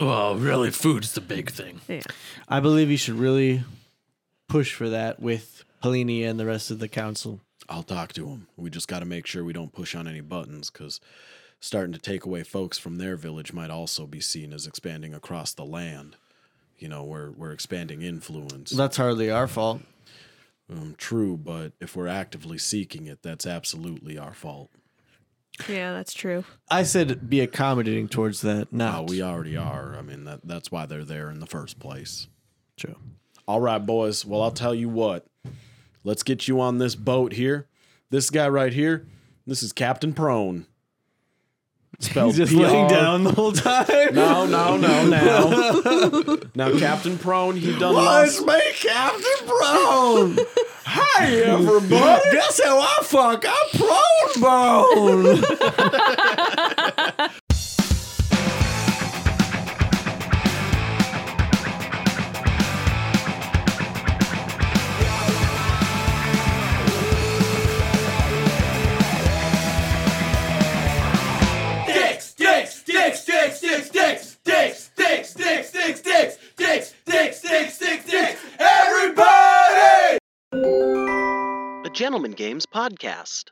Speaker 3: Well, really, food's the big thing.
Speaker 5: Yeah.
Speaker 4: I believe you should really push for that with Helene and the rest of the council.
Speaker 2: I'll talk to him. We just got to make sure we don't push on any buttons because starting to take away folks from their village might also be seen as expanding across the land. You know, we're, we're expanding influence.
Speaker 4: That's hardly our fault.
Speaker 2: um, true, but if we're actively seeking it, that's absolutely our fault.
Speaker 5: yeah, that's true.
Speaker 4: I said be accommodating towards that. Not
Speaker 2: Uh, we already are. I mean, that, that's why they're there in the first place.
Speaker 4: true.
Speaker 2: All right, boys. Well, I'll tell you what. Let's get you on this boat here. This guy right here, this is Captain Prone. Spelled
Speaker 4: Just
Speaker 2: P R E.
Speaker 4: laying down the whole time.
Speaker 2: No, no, no, now. now, Captain Prone, he done lost.
Speaker 4: me, Captain Brown. Hi, everybody. Guess how I fuck? I'm Prone Bone.
Speaker 13: dicks, dicks, dicks, dicks, dicks, dicks, dicks, dicks, dicks, dicks, dicks, dicks, dicks, dicks, dicks, dicks, everybody!
Speaker 1: A Gentleman Games podcast.